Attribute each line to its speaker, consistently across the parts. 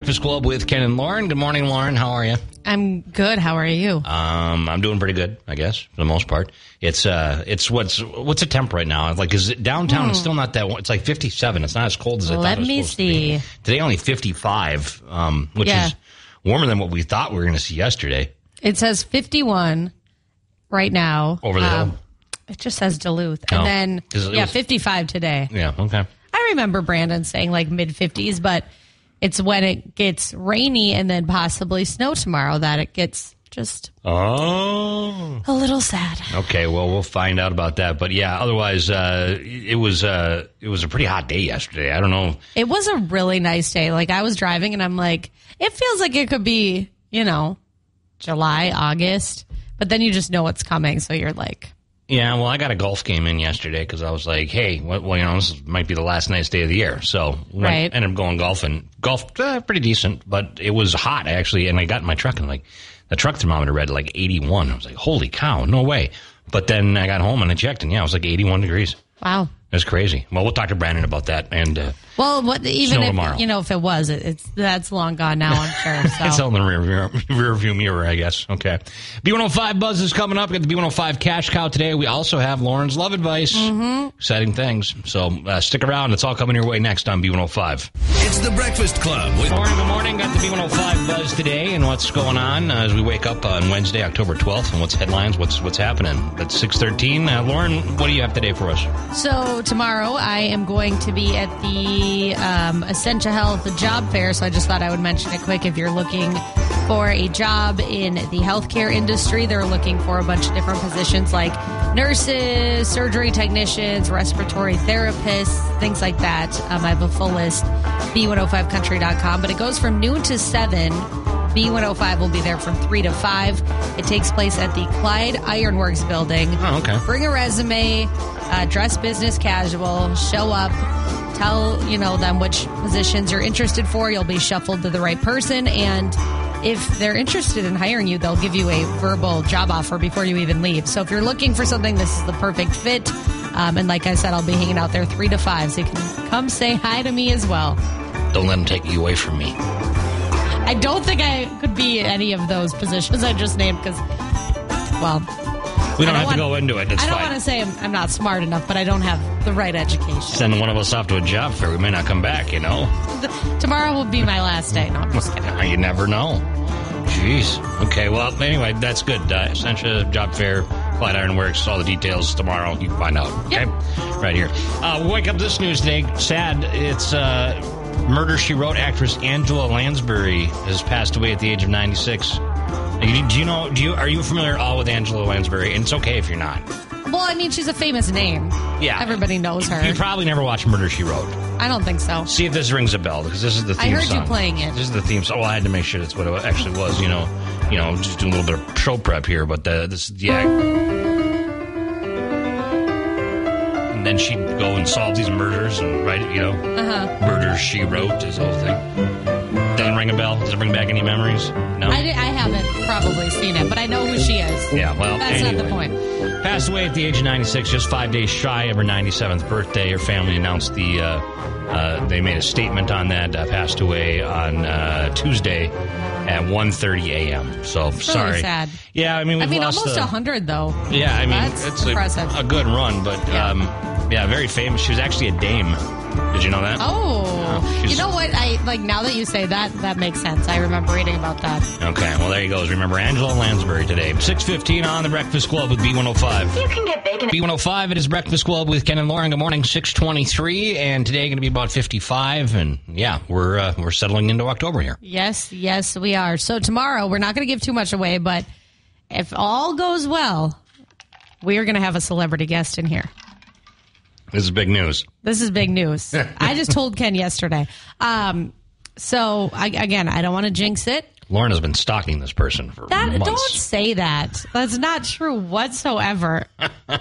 Speaker 1: Breakfast Club with Ken and Lauren. Good morning, Lauren. How are you?
Speaker 2: I'm good. How are you?
Speaker 1: Um, I'm doing pretty good, I guess, for the most part. It's uh, it's what's what's the temp right now? Like, is it downtown? It's still not that. wa- It's like 57. It's not as cold as I thought.
Speaker 2: Hmm.
Speaker 1: it
Speaker 2: Let
Speaker 1: was
Speaker 2: me
Speaker 1: supposed to be.
Speaker 2: see.
Speaker 1: Today only 55, um, which
Speaker 2: Yeah.
Speaker 1: is warmer than what we thought we were going to see yesterday
Speaker 2: It says 51 right now.
Speaker 1: over the
Speaker 2: Um,
Speaker 1: hill.
Speaker 2: It just says Duluth.
Speaker 1: Oh.
Speaker 2: And
Speaker 1: 'Cause
Speaker 2: then,
Speaker 1: it
Speaker 2: yeah,
Speaker 1: was-
Speaker 2: 55 today.
Speaker 1: Yeah. Okay.
Speaker 2: I remember Brandon saying like mid 50s, but it's when it gets rainy and then possibly snow tomorrow that it gets just
Speaker 1: Oh.
Speaker 2: a little sad.
Speaker 1: Okay, well, we'll find out about that. But yeah, otherwise, uh, it was uh, it was a pretty hot day yesterday. I don't know.
Speaker 2: It was a really nice day. Like I was driving and I'm like, it feels like it could be, you know, July, August, but then you just know what's coming. So you're like,
Speaker 1: Yeah, well, I got a golf game in yesterday because I was like, hey, well, well, you know, this might be the last nice day of the year, so went,
Speaker 2: Right.
Speaker 1: ended up going golfing. Golf uh, pretty decent, but it was hot actually, and I got in my truck and like the truck thermometer read like eighty one. I was like, holy cow, no way. But then I got home and I checked, and yeah, it was like eighty one degrees.
Speaker 2: wow.
Speaker 1: That's crazy. Well, we'll talk to Brandon about that, and uh,
Speaker 2: Well, what even
Speaker 1: Snow
Speaker 2: if
Speaker 1: tomorrow.
Speaker 2: you know if it was, it, it's that's long gone now. I'm sure. So
Speaker 1: It's on the rear view, rear view mirror, I guess. Okay. B105 Buzz is coming up. We got the B105 Cash Cow today. We also have Lauren's Love Advice. Exciting things. So uh, stick around. It's all coming your way next on B105.
Speaker 3: It's the Breakfast Club with
Speaker 1: Lauren, good morning. Got the B105 Buzz today and what's going on uh, as we wake up on Wednesday, October 12th and what's headlines, what's what's happening. That's 613. Uh, Lauren, what do you have today for us?
Speaker 2: So tomorrow I am going to be at the um, Essentia Health job fair. So I just thought I would mention it quick. If you're looking for a job in the healthcare industry, they're looking for a bunch of different positions like nurses, surgery technicians, respiratory therapists, things like that. Um, I have a full list, b105country.com, but it goes from noon to 7. B105 will be there from 3 to 5. It takes place at the Clyde Ironworks building.
Speaker 1: Oh, okay.
Speaker 2: Bring a resume, uh, dress business casual, show up, tell, you know, them which positions you're interested for. You'll be shuffled to the right person and if they're interested in hiring you, they'll give you a verbal job offer before you even leave. So if you're looking for something, this is the perfect fit. Um, and like I said, I'll be hanging out there three to five, so you can come say hi to me as well.
Speaker 1: Don't let them take you away from me.
Speaker 2: I don't think I could be in any of those positions I just named because, well,
Speaker 1: We don't,
Speaker 2: I
Speaker 1: have
Speaker 2: don't
Speaker 1: to go
Speaker 2: wanna-
Speaker 1: into it. That's
Speaker 2: I don't
Speaker 1: fine.
Speaker 2: want to say I'm, I'm not smart enough, but I don't have the right education.
Speaker 1: Send one of us off to a job fair. We may not come back, you know?
Speaker 2: Tomorrow will be my last day. No, I'm just kidding.
Speaker 1: Yeah, You never know. Jeez. Okay, well, anyway, that's good. Uh, Essentia, Job Fair, Flat Iron Works, all the details tomorrow. You can find out. Okay? Right here. Uh, we wake up this news today. Sad. It's uh, Murder She Wrote actress Angela Lansbury has passed away at the age of 96. Uh, you- Do you know? Do you are you familiar at all with Angela Lansbury? And it's okay if you're not.
Speaker 2: Well, I mean, she's a famous name.
Speaker 1: Yeah,
Speaker 2: Everybody knows her.
Speaker 1: You probably never watched Murder She Wrote.
Speaker 2: I don't think so.
Speaker 1: See if this rings a bell because this is the
Speaker 2: I
Speaker 1: theme
Speaker 2: heard you
Speaker 1: song.
Speaker 2: playing it.
Speaker 1: This is the theme song. Well, I had to make sure that's what it actually was. You know, you know, just doing a little bit of show prep here, but the, this, yeah. And then she'd go and solve these murders and write, you know,
Speaker 2: Uh-huh.
Speaker 1: murders she wrote. This whole thing doesn't ring a bell. Does it bring back any memories? No.
Speaker 2: I, di- I haven't probably seen it, but I know who she is.
Speaker 1: Yeah, well,
Speaker 2: That's not the
Speaker 1: anyway.
Speaker 2: point.
Speaker 1: Passed away at the age of 96, just five days shy of her 97th birthday. Her family announced the, uh, uh, they made a statement on that. Uh, passed away on uh, Tuesday at 1.30 a.m. So sorry.
Speaker 2: sad.
Speaker 1: Yeah, I mean,
Speaker 2: I
Speaker 1: we've
Speaker 2: mean,
Speaker 1: lost
Speaker 2: almost
Speaker 1: the-
Speaker 2: a 100, though.
Speaker 1: Yeah, I mean,
Speaker 2: That's
Speaker 1: it's a,
Speaker 2: impressive.
Speaker 1: a good run, but
Speaker 2: Yeah.
Speaker 1: um, yeah, very famous. She was actually a dame. Did you know that?
Speaker 2: Oh.
Speaker 1: she's-
Speaker 2: you know what? I like now that you say that, that makes sense. I remember reading about that.
Speaker 1: Okay, well, there you go. Remember Angela Lansbury today. 6.15 on The Breakfast Club with B105.
Speaker 4: You can get bacon.
Speaker 1: B105, it is Breakfast Club with Ken and Lauren. Good morning, 623, and today going to be about 55, and yeah, we're uh, we're settling into October here.
Speaker 2: Yes, yes, we are. So tomorrow, we're not going to give too much away, but if all goes well, we are going to have a celebrity guest in here.
Speaker 1: This is big news.
Speaker 2: This is big news. I just told Ken yesterday. Um, so I, again, I don't want to jinx it.
Speaker 1: Lauren has been stalking this person for
Speaker 2: That don't
Speaker 1: months.
Speaker 2: say that. That's not true whatsoever.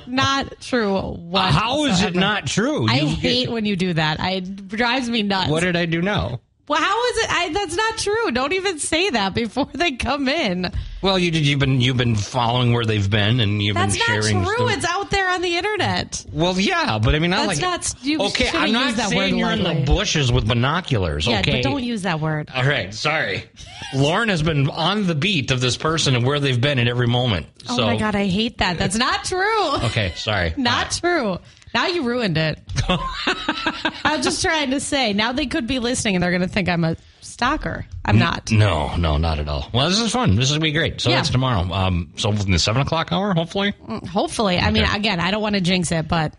Speaker 2: not true. Whatsoever.
Speaker 1: Uh, How is it not true?
Speaker 2: I
Speaker 1: You-
Speaker 2: hate when you do that. I, it drives me nuts.
Speaker 1: What did I do now?
Speaker 2: Well, how is it? I, that's not true. Don't even say that before they come in.
Speaker 1: Well, you did. You've been you've been following where they've been, and you've
Speaker 2: That's
Speaker 1: been
Speaker 2: not
Speaker 1: sharing.
Speaker 2: true.
Speaker 1: the-
Speaker 2: It's out there on the internet.
Speaker 1: well, yeah, but I mean, not like
Speaker 2: That's not- you
Speaker 1: okay.
Speaker 2: shouldn't
Speaker 1: I'm not
Speaker 2: use that
Speaker 1: saying
Speaker 2: word
Speaker 1: you're in
Speaker 2: lightly.
Speaker 1: the bushes with binoculars.
Speaker 2: Yeah,
Speaker 1: okay,
Speaker 2: but don't use that word.
Speaker 1: All right, sorry. Lauren has been on the beat of this person and where they've been at every moment.
Speaker 2: Oh
Speaker 1: so,
Speaker 2: my god, I hate that. That's not true.
Speaker 1: Okay, sorry.
Speaker 2: Not true. Now you ruined it. I'm just trying to say. Now they could be listening and they're going to think I'm a stalker.
Speaker 1: Mm,
Speaker 2: I'm not.
Speaker 1: No, no, not at all. Well, this is fun. This is gonna be great. So
Speaker 2: Yeah.
Speaker 1: that's tomorrow. Um, so in the seven o'clock hour, hopefully.
Speaker 2: Hopefully. I mean, again, I don't want to jinx it, but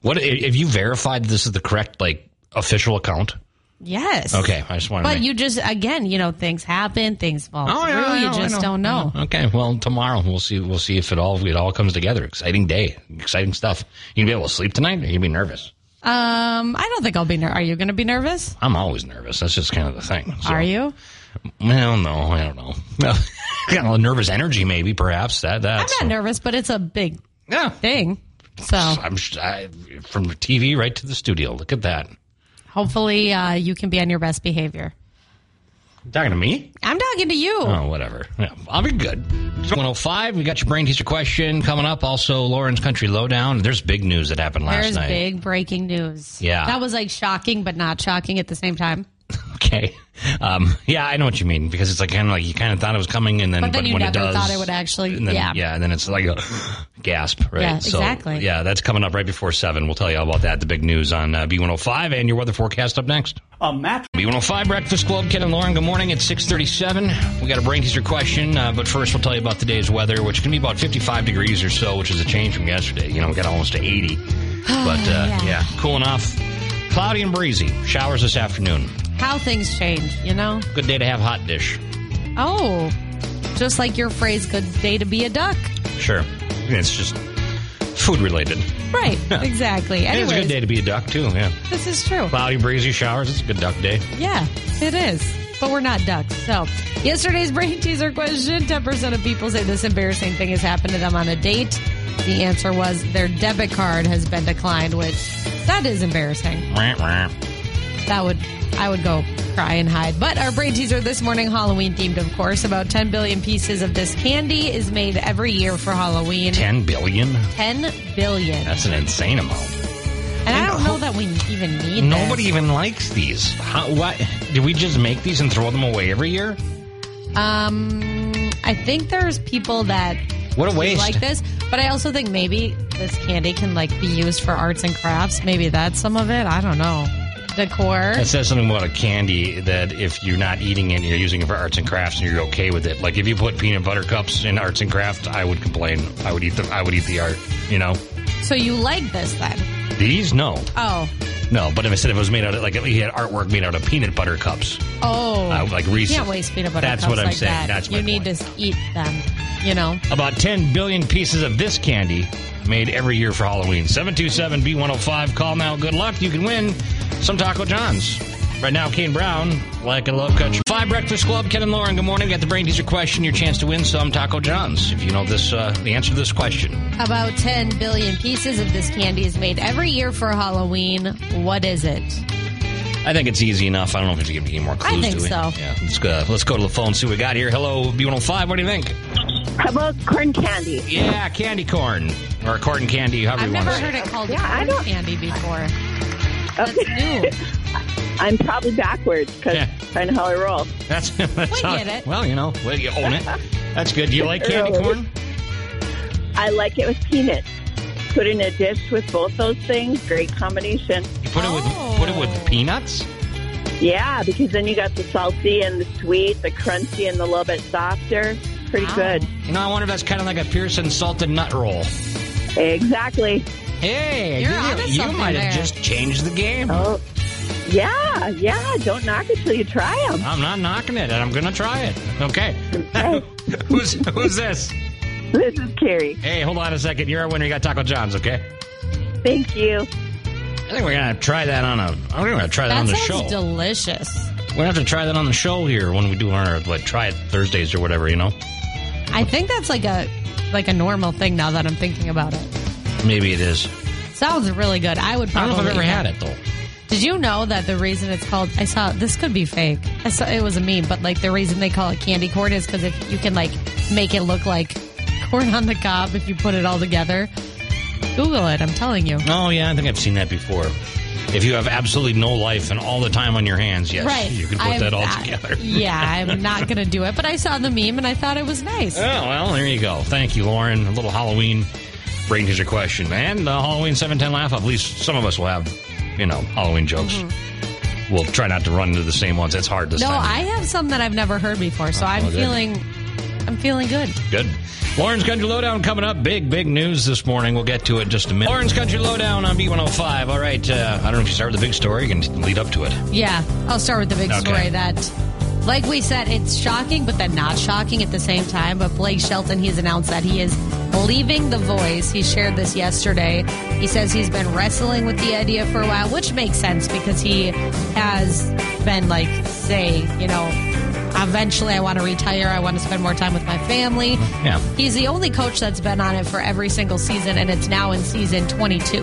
Speaker 1: What i- have you verified? This is the correct like official account.
Speaker 2: yes.
Speaker 1: Okay, I just want to.
Speaker 2: But you just again, you know, things happen, things fall
Speaker 1: Oh,
Speaker 2: through.
Speaker 1: yeah, I
Speaker 2: you
Speaker 1: know, I
Speaker 2: just
Speaker 1: know.
Speaker 2: don't know.
Speaker 1: Okay, well, tomorrow we'll see. We'll see if it all it all comes together. Exciting day, exciting stuff. You'd be able to sleep tonight. Or you'd be nervous.
Speaker 2: Um, I don't think I'll be. Ner- Are you going to be nervous?
Speaker 1: I'm always nervous. That's just kind of the thing. So-
Speaker 2: Are you?
Speaker 1: Well, no, I don't know. Well, got a little nervous energy, maybe, perhaps. That
Speaker 2: I'm
Speaker 1: that's
Speaker 2: not nervous, but it's a big
Speaker 1: yeah.
Speaker 2: thing. So
Speaker 1: I'm sh- I, from TV right to the studio. Look at that.
Speaker 2: hopefully, uh, you can be on your best behavior.
Speaker 1: Talking to me?
Speaker 2: I'm talking to you.
Speaker 1: Oh, whatever. Yeah, I'll be good. 105. We got your brain teaser question coming up. Also, Lauren's country lowdown. There's big news that happened last
Speaker 2: There's
Speaker 1: night.
Speaker 2: big breaking news.
Speaker 1: Yeah.
Speaker 2: That was like shocking, but not shocking at the same time.
Speaker 1: Okay. Um, yeah, I know what you mean because it's like kind of like you kind of thought it was coming, and then
Speaker 2: But then you
Speaker 1: when it
Speaker 2: never
Speaker 1: does,
Speaker 2: thought it would actually-
Speaker 1: and then-
Speaker 2: yeah.
Speaker 1: and then it's like a gasp, right?
Speaker 2: Yeah, exactly.
Speaker 1: Yeah, that's coming up right before seven. We'll tell you all about that. The big news on uh, B105 and your weather forecast up next.
Speaker 4: A mattress.
Speaker 1: B105 Breakfast Club, Ken and Lauren, good morning. It's 637. We got a brain teaser question, uh, but first we'll tell you about today's weather, which can be about 55 degrees or so, which is a change from yesterday. You know, we got almost to 80. But uh, yeah.
Speaker 2: Yeah.
Speaker 1: cooling off. Cloudy and breezy. Showers this afternoon.
Speaker 2: How things change, you know?
Speaker 1: Good day to have hot dish.
Speaker 2: Oh, just like your phrase, good day to be a duck.
Speaker 1: Sure. It's just food related.
Speaker 2: Right, exactly.
Speaker 1: It's a good
Speaker 2: Anyways,
Speaker 1: day to be a duck, too. Yeah.
Speaker 2: this is true.
Speaker 1: Cloudy, breezy showers. It's a good duck day.
Speaker 2: Yeah, it is. But we're not ducks. So, yesterday's brain teaser question 10% of people say this embarrassing thing has happened to them on a date. The answer was their debit card has been declined, which that is embarrassing.
Speaker 1: Wah, wah.
Speaker 2: that would I would go cry and hide. But our brain teaser this morning, Halloween themed, of course. About 10 billion pieces of this candy is made every year for Halloween.
Speaker 1: 10 billion?
Speaker 2: 10 billion.
Speaker 1: That's an insane amount.
Speaker 2: And I don't know that we even need
Speaker 1: Nobody
Speaker 2: this.
Speaker 1: even likes these. How, what? Did we just make these and throw them away every year?
Speaker 2: Um, I think there's people that
Speaker 1: What a
Speaker 2: do
Speaker 1: waste!
Speaker 2: like this, but I also think maybe this candy can like be used for arts and crafts. Maybe that's some of it. I don't know. Decor.
Speaker 1: It says something about a candy that if you're not eating it, you're using it for arts and crafts, and you're okay with it. Like if you put peanut butter cups in arts and crafts, I would complain. I would eat the I would eat the art. You know,
Speaker 2: So you like this then?
Speaker 1: these no,
Speaker 2: Oh,
Speaker 1: no. But if I said if it was made out of like if you had artwork made out of peanut butter cups,
Speaker 2: oh,
Speaker 1: I would like Reese's.
Speaker 2: can't waste peanut butter.
Speaker 1: That's
Speaker 2: cups
Speaker 1: what I'm
Speaker 2: like
Speaker 1: saying.
Speaker 2: That.
Speaker 1: That's my
Speaker 2: you need
Speaker 1: point.
Speaker 2: to eat them. You know.
Speaker 1: About 10 billion pieces of this candy made every year for Halloween. 727 B105. Call now. Good luck. You can win some Taco John's. Right now, Kane Brown, like a love country. Five Breakfast Club, Ken and Lauren, good morning. We got the brain teaser question, your chance to win some Taco John's. If you know this, uh, the answer to this question.
Speaker 2: About 10 billion pieces of this candy is made every year for Halloween. What is it?
Speaker 1: I think it's easy enough. I don't know if we have to give you any more clues.
Speaker 2: think
Speaker 1: do we?
Speaker 2: so.
Speaker 1: Yeah. Let's go, let's go to the phone and see what we got here. Hello, B105. What do you think?
Speaker 5: How about corn candy?
Speaker 1: Yeah, candy corn. Or corn candy, however
Speaker 2: I've
Speaker 1: you want
Speaker 2: never
Speaker 1: to say
Speaker 2: heard it called
Speaker 5: Yeah, I
Speaker 2: corn
Speaker 5: don't-
Speaker 2: candy before.
Speaker 5: Oh,
Speaker 2: New.
Speaker 5: I'm probably backwards because
Speaker 1: Yeah.
Speaker 5: trying to how I roll.
Speaker 1: That's, that's
Speaker 2: We
Speaker 1: how-
Speaker 2: get it.
Speaker 1: Well, you know, well, you own it. That's good. Do you like candy
Speaker 5: Really?
Speaker 1: corn?
Speaker 5: I like it with peanuts. Put in a dish with both those things, great combination.
Speaker 1: You put it
Speaker 2: Oh.
Speaker 1: with put it with peanuts.
Speaker 5: Yeah, because then you got the salty and the sweet, the crunchy and the little bit softer. Pretty
Speaker 2: Wow.
Speaker 5: good.
Speaker 1: You know, I wonder if that's kind of like a Pearson salted nut roll.
Speaker 5: Exactly.
Speaker 1: Hey,
Speaker 2: You're
Speaker 1: you,
Speaker 2: onto
Speaker 1: you
Speaker 2: something
Speaker 1: might have
Speaker 2: there.
Speaker 1: just changed the game.
Speaker 5: Oh, yeah, yeah. Don't knock it till you try them.
Speaker 1: I'm not knocking it, and I'm gonna try it. Okay. who's who's this?
Speaker 5: This is Carrie.
Speaker 1: Hey, hold on a second. You're our winner. You got Taco John's. Okay.
Speaker 5: Thank you.
Speaker 1: I think we're gonna try that on a. I think we're gonna try that,
Speaker 2: That
Speaker 1: on the
Speaker 2: sounds
Speaker 1: show.
Speaker 2: delicious.
Speaker 1: we're gonna have to try that on the show here when we do our like try it Thursdays or whatever. You know,
Speaker 2: I think that's like a like a normal thing now that I'm thinking about it.
Speaker 1: maybe it is.
Speaker 2: Sounds really good. I would
Speaker 1: I
Speaker 2: probably
Speaker 1: don't know if I've ever
Speaker 2: eat
Speaker 1: had
Speaker 2: that.
Speaker 1: it though.
Speaker 2: Did you know that the reason it's called? I saw this could be fake. I saw it was a meme, but like the reason they call it candy corn is because if you can like make it look like corn on the cob if you put it all together. Google it. I'm telling you.
Speaker 1: Oh yeah, I think I've seen that before. If you have absolutely no life and all the time on your hands, yes,
Speaker 2: Right.
Speaker 1: you can put
Speaker 2: I'm
Speaker 1: that all
Speaker 2: not-
Speaker 1: together.
Speaker 2: yeah, I'm not gonna do it. But I saw the meme and I thought it was nice.
Speaker 1: Oh, well, there you go. Thank you, Lauren. A little Halloween brain teaser question. And uh, Halloween 710 laugh up. At least some of us will have, you know, Halloween jokes. We'll try not to run into the same ones. It's hard this
Speaker 2: Mm-hmm. No,
Speaker 1: time.
Speaker 2: I have some that I've never heard before, so I'm
Speaker 1: well, good.
Speaker 2: feeling, I'm feeling good.
Speaker 1: Good. Lauren's Country Lowdown coming up. Big, big news this morning. We'll get to it in just a minute. Lauren's Country Lowdown on B105. All right. Uh, I don't know if you start with the big story. You can lead up to it.
Speaker 2: Yeah, I'll start with the big
Speaker 1: Okay.
Speaker 2: story that, like we said, it's shocking, but then not shocking at the same time. But Blake Shelton, he's announced that he is leaving The Voice. He shared this yesterday. He says he's been wrestling with the idea for a while, which makes sense because he has been like, say, you know, eventually I want to retire. I want to spend more time with my family.
Speaker 1: Yeah.
Speaker 2: He's the only coach that's been on it for every single season, and it's now in season 22.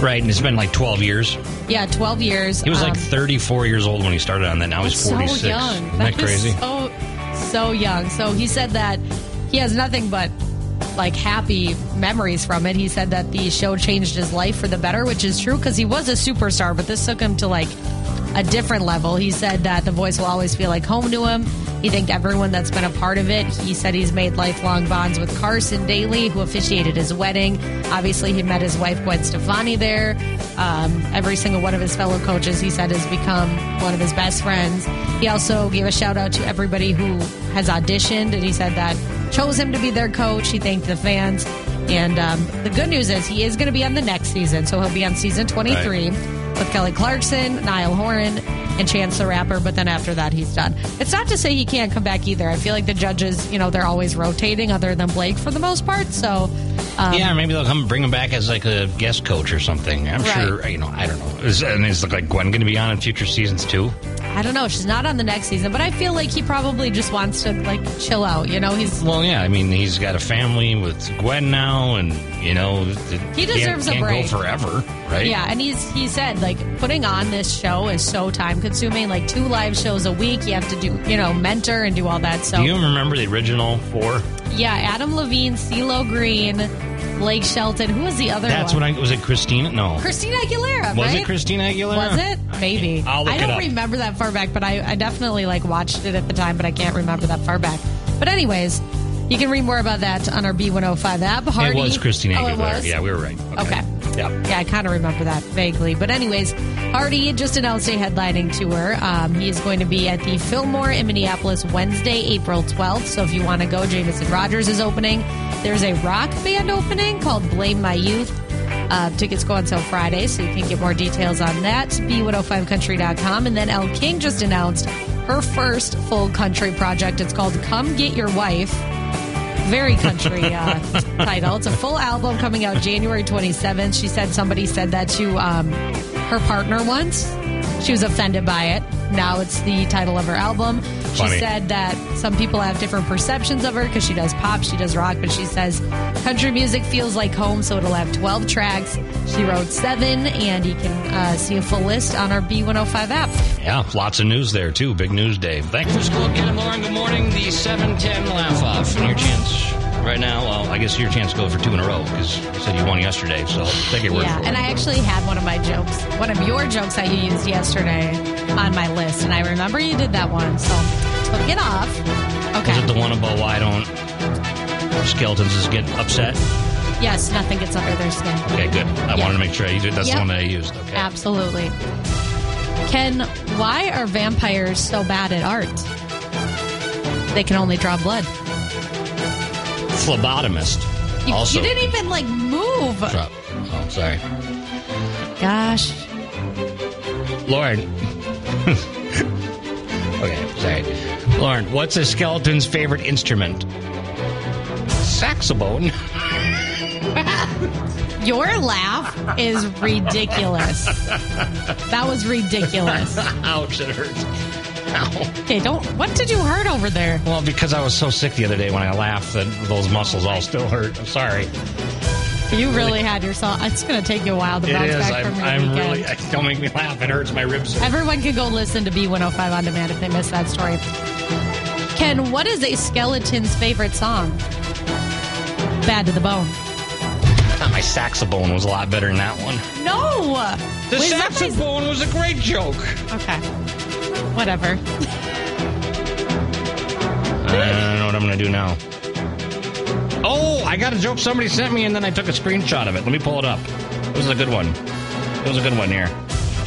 Speaker 1: Right. And it's been like 12 years.
Speaker 2: Yeah, 12 years.
Speaker 1: He was like
Speaker 2: Um,
Speaker 1: 34 years old when he started on that. Now he's 46.
Speaker 2: So young.
Speaker 1: Isn't that
Speaker 2: was
Speaker 1: crazy?
Speaker 2: So so young. So he said that he has nothing but like happy memories from it. He said that the show changed his life for the better, which is true because he was a superstar, but this took him to like a different level. He said that the voice will always feel like home to him. He thanked everyone that's been a part of it. He said he's made lifelong bonds with Carson Daly, who officiated his wedding. Obviously, he met his wife Gwen Stefani there. Um, every single one of his fellow coaches, he said, has become one of his best friends. He also gave a shout out to everybody who has auditioned, and he said that chose him to be their coach. He thanked the fans. And um, the good news is he is going to be on the next season, so he'll be on season 23 with Kelly Clarkson, Niall Horan, and Chance the Rapper. But then after that, he's done. It's not to say he can't come back either. I feel like the judges, you know, they're always rotating, other than Blake for the most part. So um,
Speaker 1: yeah, maybe they'll come bring him back as like a guest coach or something. I'm
Speaker 2: Right.
Speaker 1: sure, you know, I don't know. Is, and is like Gwen going to be on in future seasons too?
Speaker 2: I don't know. She's not on the next season, but I feel like he probably just wants to like chill out. You know, he's
Speaker 1: Well, yeah. I mean, he's got a family with Gwen now, and you know, it-
Speaker 2: He
Speaker 1: can't-
Speaker 2: deserves a
Speaker 1: can't
Speaker 2: break.
Speaker 1: Go forever, right?
Speaker 2: Yeah, and he's he said like putting on this show is so time consuming. Like two live shows a week, you have to do you know mentor and do all that. So
Speaker 1: Do you remember the original four?
Speaker 2: yeah, Adam Levine, CeeLo Green, Blake Shelton. Who was the other?
Speaker 1: That's
Speaker 2: one?
Speaker 1: what I was it Christina? No,
Speaker 2: Christina Aguilera.
Speaker 1: was
Speaker 2: right?
Speaker 1: it Christina Aguilera?
Speaker 2: Was it? Maybe.
Speaker 1: I'll look
Speaker 2: I
Speaker 1: it
Speaker 2: don't
Speaker 1: up.
Speaker 2: remember that far back, but I, I definitely like watched it at the time, but I can't remember that far back. But anyways, you can read more about that on our B105 app.
Speaker 1: It
Speaker 2: Hardy.
Speaker 1: was Christina
Speaker 2: Oh,
Speaker 1: Aguilera.
Speaker 2: it was?
Speaker 1: Yeah, we were right.
Speaker 2: Okay.
Speaker 1: Yeah.
Speaker 2: Yeah, I kind of remember that vaguely. But, anyways, Hardy just announced a headlining tour. Um, he is going to be at the Fillmore in Minneapolis Wednesday, April 12th. So, if you want to go, Jamison Rogers is opening. There's a rock band opening called Blame My Youth. Uh, tickets go on sale Friday, so you can get more details on that. B105country.com. And then El King just announced her first full country project. It's called Come Get Your Wife very country uh, title. It's a full album coming out January 27th. She said somebody said that to um, her partner once. She was offended by it. Now it's the title of her album.
Speaker 1: Funny.
Speaker 2: She said that some people have different perceptions of her because she does pop, she does rock, but she says country music feels like home, so it'll have 12 tracks. She wrote seven, and you can uh, see a full list on our B105 app.
Speaker 1: Yeah, lots of news there too. Big news, Dave. Thanks for school again, Lauren. Good morning. The seven ten laugh off. And your chance right now. Well, I guess your chance to go for two in a row because you said you won yesterday. So take your word
Speaker 2: Yeah,
Speaker 1: for
Speaker 2: and
Speaker 1: it.
Speaker 2: I actually had one of my jokes, one of your jokes that you used yesterday on my list, and I remember you did that one, so took it off.
Speaker 1: Was it
Speaker 2: Okay.
Speaker 1: the one about why don't skeletons just get upset?
Speaker 2: yes, nothing gets under their skin.
Speaker 1: Okay, good. I
Speaker 2: Yeah.
Speaker 1: wanted to make sure I, that's the
Speaker 2: Yep.
Speaker 1: one that I used. Okay.
Speaker 2: Absolutely. Ken, why are vampires so bad at art? They can only draw blood.
Speaker 1: Phlebotomist.
Speaker 2: You,
Speaker 1: also.
Speaker 2: you didn't even like move.
Speaker 1: Drop. Oh, sorry.
Speaker 2: Gosh.
Speaker 1: Lauren. okay, sorry. Lauren, what's a skeleton's favorite instrument? Saxophone.
Speaker 2: Your laugh is ridiculous. that was ridiculous.
Speaker 1: Ouch, it hurts. Ow.
Speaker 2: Okay, don't. What did you hurt over there?
Speaker 1: Well, because I was so sick the other day when I laughed that those muscles all still hurt. I'm sorry.
Speaker 2: You really had yourself. It's going to take you a while to
Speaker 1: It
Speaker 2: bounce
Speaker 1: is. I'm,
Speaker 2: back from your
Speaker 1: I'm
Speaker 2: weekend.
Speaker 1: really. Don't make me laugh. It hurts my ribs.
Speaker 2: Everyone can go listen to B105 on demand if they missed that story. Ken, what is a skeleton's favorite song? Bad to the bone.
Speaker 1: Not my saxophone was a lot better than that one.
Speaker 2: No.
Speaker 1: The
Speaker 2: Wait, is that my-
Speaker 1: saxophone was a great joke.
Speaker 2: Okay. Whatever.
Speaker 1: I don't know what I'm going to do now. Oh, I got a joke somebody sent me, and then I took a screenshot of it. Let me pull it up. This is a good one. It was a good one here.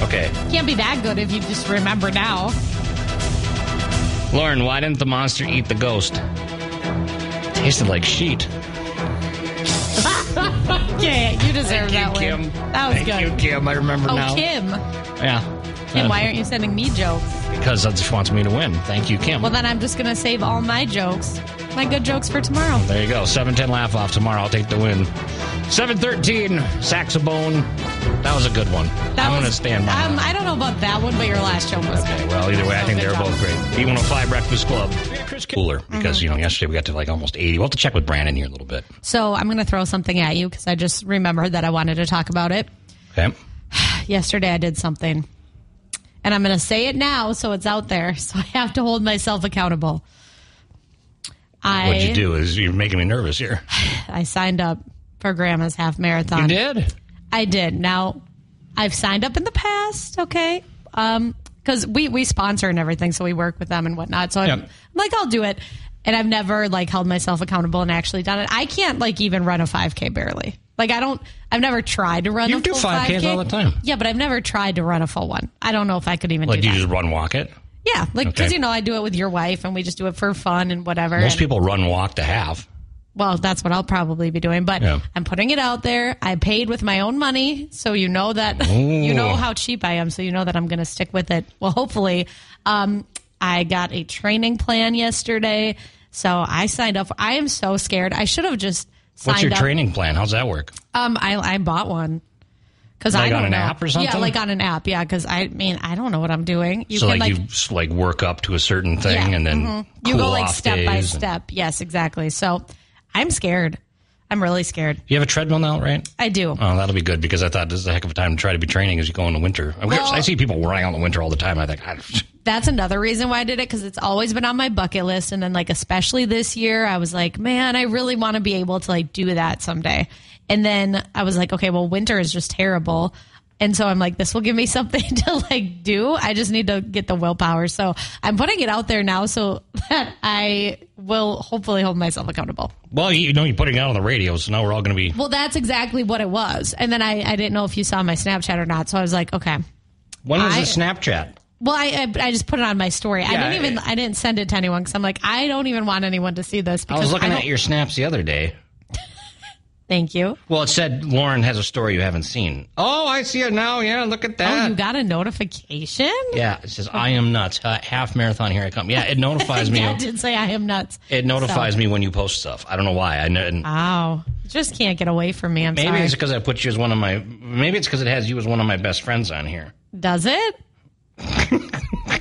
Speaker 1: Okay.
Speaker 2: Can't be that good if you just remember now.
Speaker 1: Lauren, why didn't the monster eat the ghost? Tasted like sheet.
Speaker 2: Yeah, you deserve
Speaker 1: Thank
Speaker 2: that
Speaker 1: you,
Speaker 2: one.
Speaker 1: Kim.
Speaker 2: That was
Speaker 1: Thank
Speaker 2: good.
Speaker 1: you, Kim. I remember
Speaker 2: Oh,
Speaker 1: now. Uh.
Speaker 2: Kim.
Speaker 1: Yeah.
Speaker 2: Kim, why aren't you sending me jokes?
Speaker 1: Because that just wants me to win. Thank you, Kim.
Speaker 2: Well, then I'm just going to save all my jokes, my good jokes for tomorrow.
Speaker 1: There you go. 710 laugh off tomorrow. I'll take the win. 713 saxophone. That was a good one.
Speaker 2: That
Speaker 1: I'm
Speaker 2: was-
Speaker 1: going to stand by.
Speaker 2: Um,
Speaker 1: that.
Speaker 2: I don't know about that one, but your last joke was
Speaker 1: Okay, well, either way, I think
Speaker 2: Good
Speaker 1: they were
Speaker 2: job.
Speaker 1: both great. B105 Breakfast Club. Cooler, because, you know, yesterday we got to like almost 80. We'll have to check with Brandon here a little bit.
Speaker 2: So I'm going to throw something at you because I just remembered that I wanted to talk about it.
Speaker 1: Okay?
Speaker 2: Yesterday I did something, and I'm going to say it now so it's out there. So I have to hold myself accountable. I
Speaker 1: What you do is you're making me nervous here.
Speaker 2: I signed up for Grandma's half marathon.
Speaker 1: You did?
Speaker 2: I did. Now, I've signed up in the past, okay? Um, because we we sponsor and everything, so we work with them and whatnot. So I'm,
Speaker 1: Yep.
Speaker 2: I'm like, I'll do it, and I've never like held myself accountable and actually done it. I can't like even run a 5K barely. Like I don't. I've never tried to run.
Speaker 1: You
Speaker 2: a
Speaker 1: do
Speaker 2: full
Speaker 1: 5Ks
Speaker 2: 5K.
Speaker 1: all the time.
Speaker 2: Yeah, but I've never tried to run a full one. I don't know if I could even
Speaker 1: Like,
Speaker 2: do
Speaker 1: you
Speaker 2: that.
Speaker 1: just run, walk it?
Speaker 2: yeah, like because
Speaker 1: Okay.
Speaker 2: you know I do it with your wife, and we just do it for fun and whatever.
Speaker 1: Most
Speaker 2: and-
Speaker 1: people run, walk to half.
Speaker 2: well, that's what I'll probably be doing, but
Speaker 1: Yeah.
Speaker 2: I'm putting it out there. I paid with my own money, so you know that you
Speaker 1: Oh.
Speaker 2: know how cheap I am, so you know that I'm going to stick with it. Well, hopefully, um, I got a training plan yesterday, so I signed up. I am so scared. I should have just signed
Speaker 1: What's your
Speaker 2: up.
Speaker 1: training plan? How's that work?
Speaker 2: Um, I I bought one because I
Speaker 1: Like
Speaker 2: don't
Speaker 1: on an
Speaker 2: know.
Speaker 1: app or something?
Speaker 2: Yeah, like on an app. Yeah, because I mean I don't know what I'm doing. You
Speaker 1: so,
Speaker 2: can
Speaker 1: like,
Speaker 2: like
Speaker 1: you s- like work up to a certain thing
Speaker 2: Yeah, mm-hmm.
Speaker 1: and then
Speaker 2: you
Speaker 1: cool
Speaker 2: go like
Speaker 1: off
Speaker 2: step by
Speaker 1: days and-
Speaker 2: step. Yes, exactly. So I'm scared. I'm really scared.
Speaker 1: you have a treadmill now, right?
Speaker 2: I do.
Speaker 1: Oh, that'll be good because I thought this is a heck of a time to try to be training as you go in the winter. I, mean,
Speaker 2: Well-
Speaker 1: I see people running out in the winter all the time. I think, I,
Speaker 2: that's another reason why I did it because it's always been on my bucket list. And then, like, especially this year, I was like, man, I really want to be able to like do that someday. And then I was like, okay, well, winter is just terrible. And so I'm like, this will give me something to like do. I just need to get the willpower. So I'm putting it out there now so that I will hopefully hold myself accountable.
Speaker 1: well, you know, you're putting it out on the radio, so now we're all going to be.
Speaker 2: Well, that's exactly what it was. And then I, I didn't know if you saw my Snapchat or not. So I was like, okay.
Speaker 1: When was
Speaker 2: I-
Speaker 1: the Snapchat?
Speaker 2: Well, I, I I just put it on my story. I
Speaker 1: Yeah,
Speaker 2: didn't even I didn't send it to anyone because I'm like I don't even want anyone to see this.
Speaker 1: I
Speaker 2: Because
Speaker 1: was looking
Speaker 2: don't-
Speaker 1: at your snaps the other day.
Speaker 2: Thank you.
Speaker 1: Well, it said Lauren has a story you haven't seen. Oh, I see it now. Yeah, look at
Speaker 2: Oh,
Speaker 1: that.
Speaker 2: you got a notification?
Speaker 1: yeah, it says I am nuts. Ha- Half marathon, here I come. Yeah, it notifies me.
Speaker 2: Dad did say I am nuts.
Speaker 1: It notifies me when you post stuff. I don't know why. I know.
Speaker 2: Wow, You just can't get away from me. I'm
Speaker 1: Maybe
Speaker 2: sorry.
Speaker 1: it's because I put you as one of my. Maybe it's because it has you as one of my best friends on here.
Speaker 2: Does it?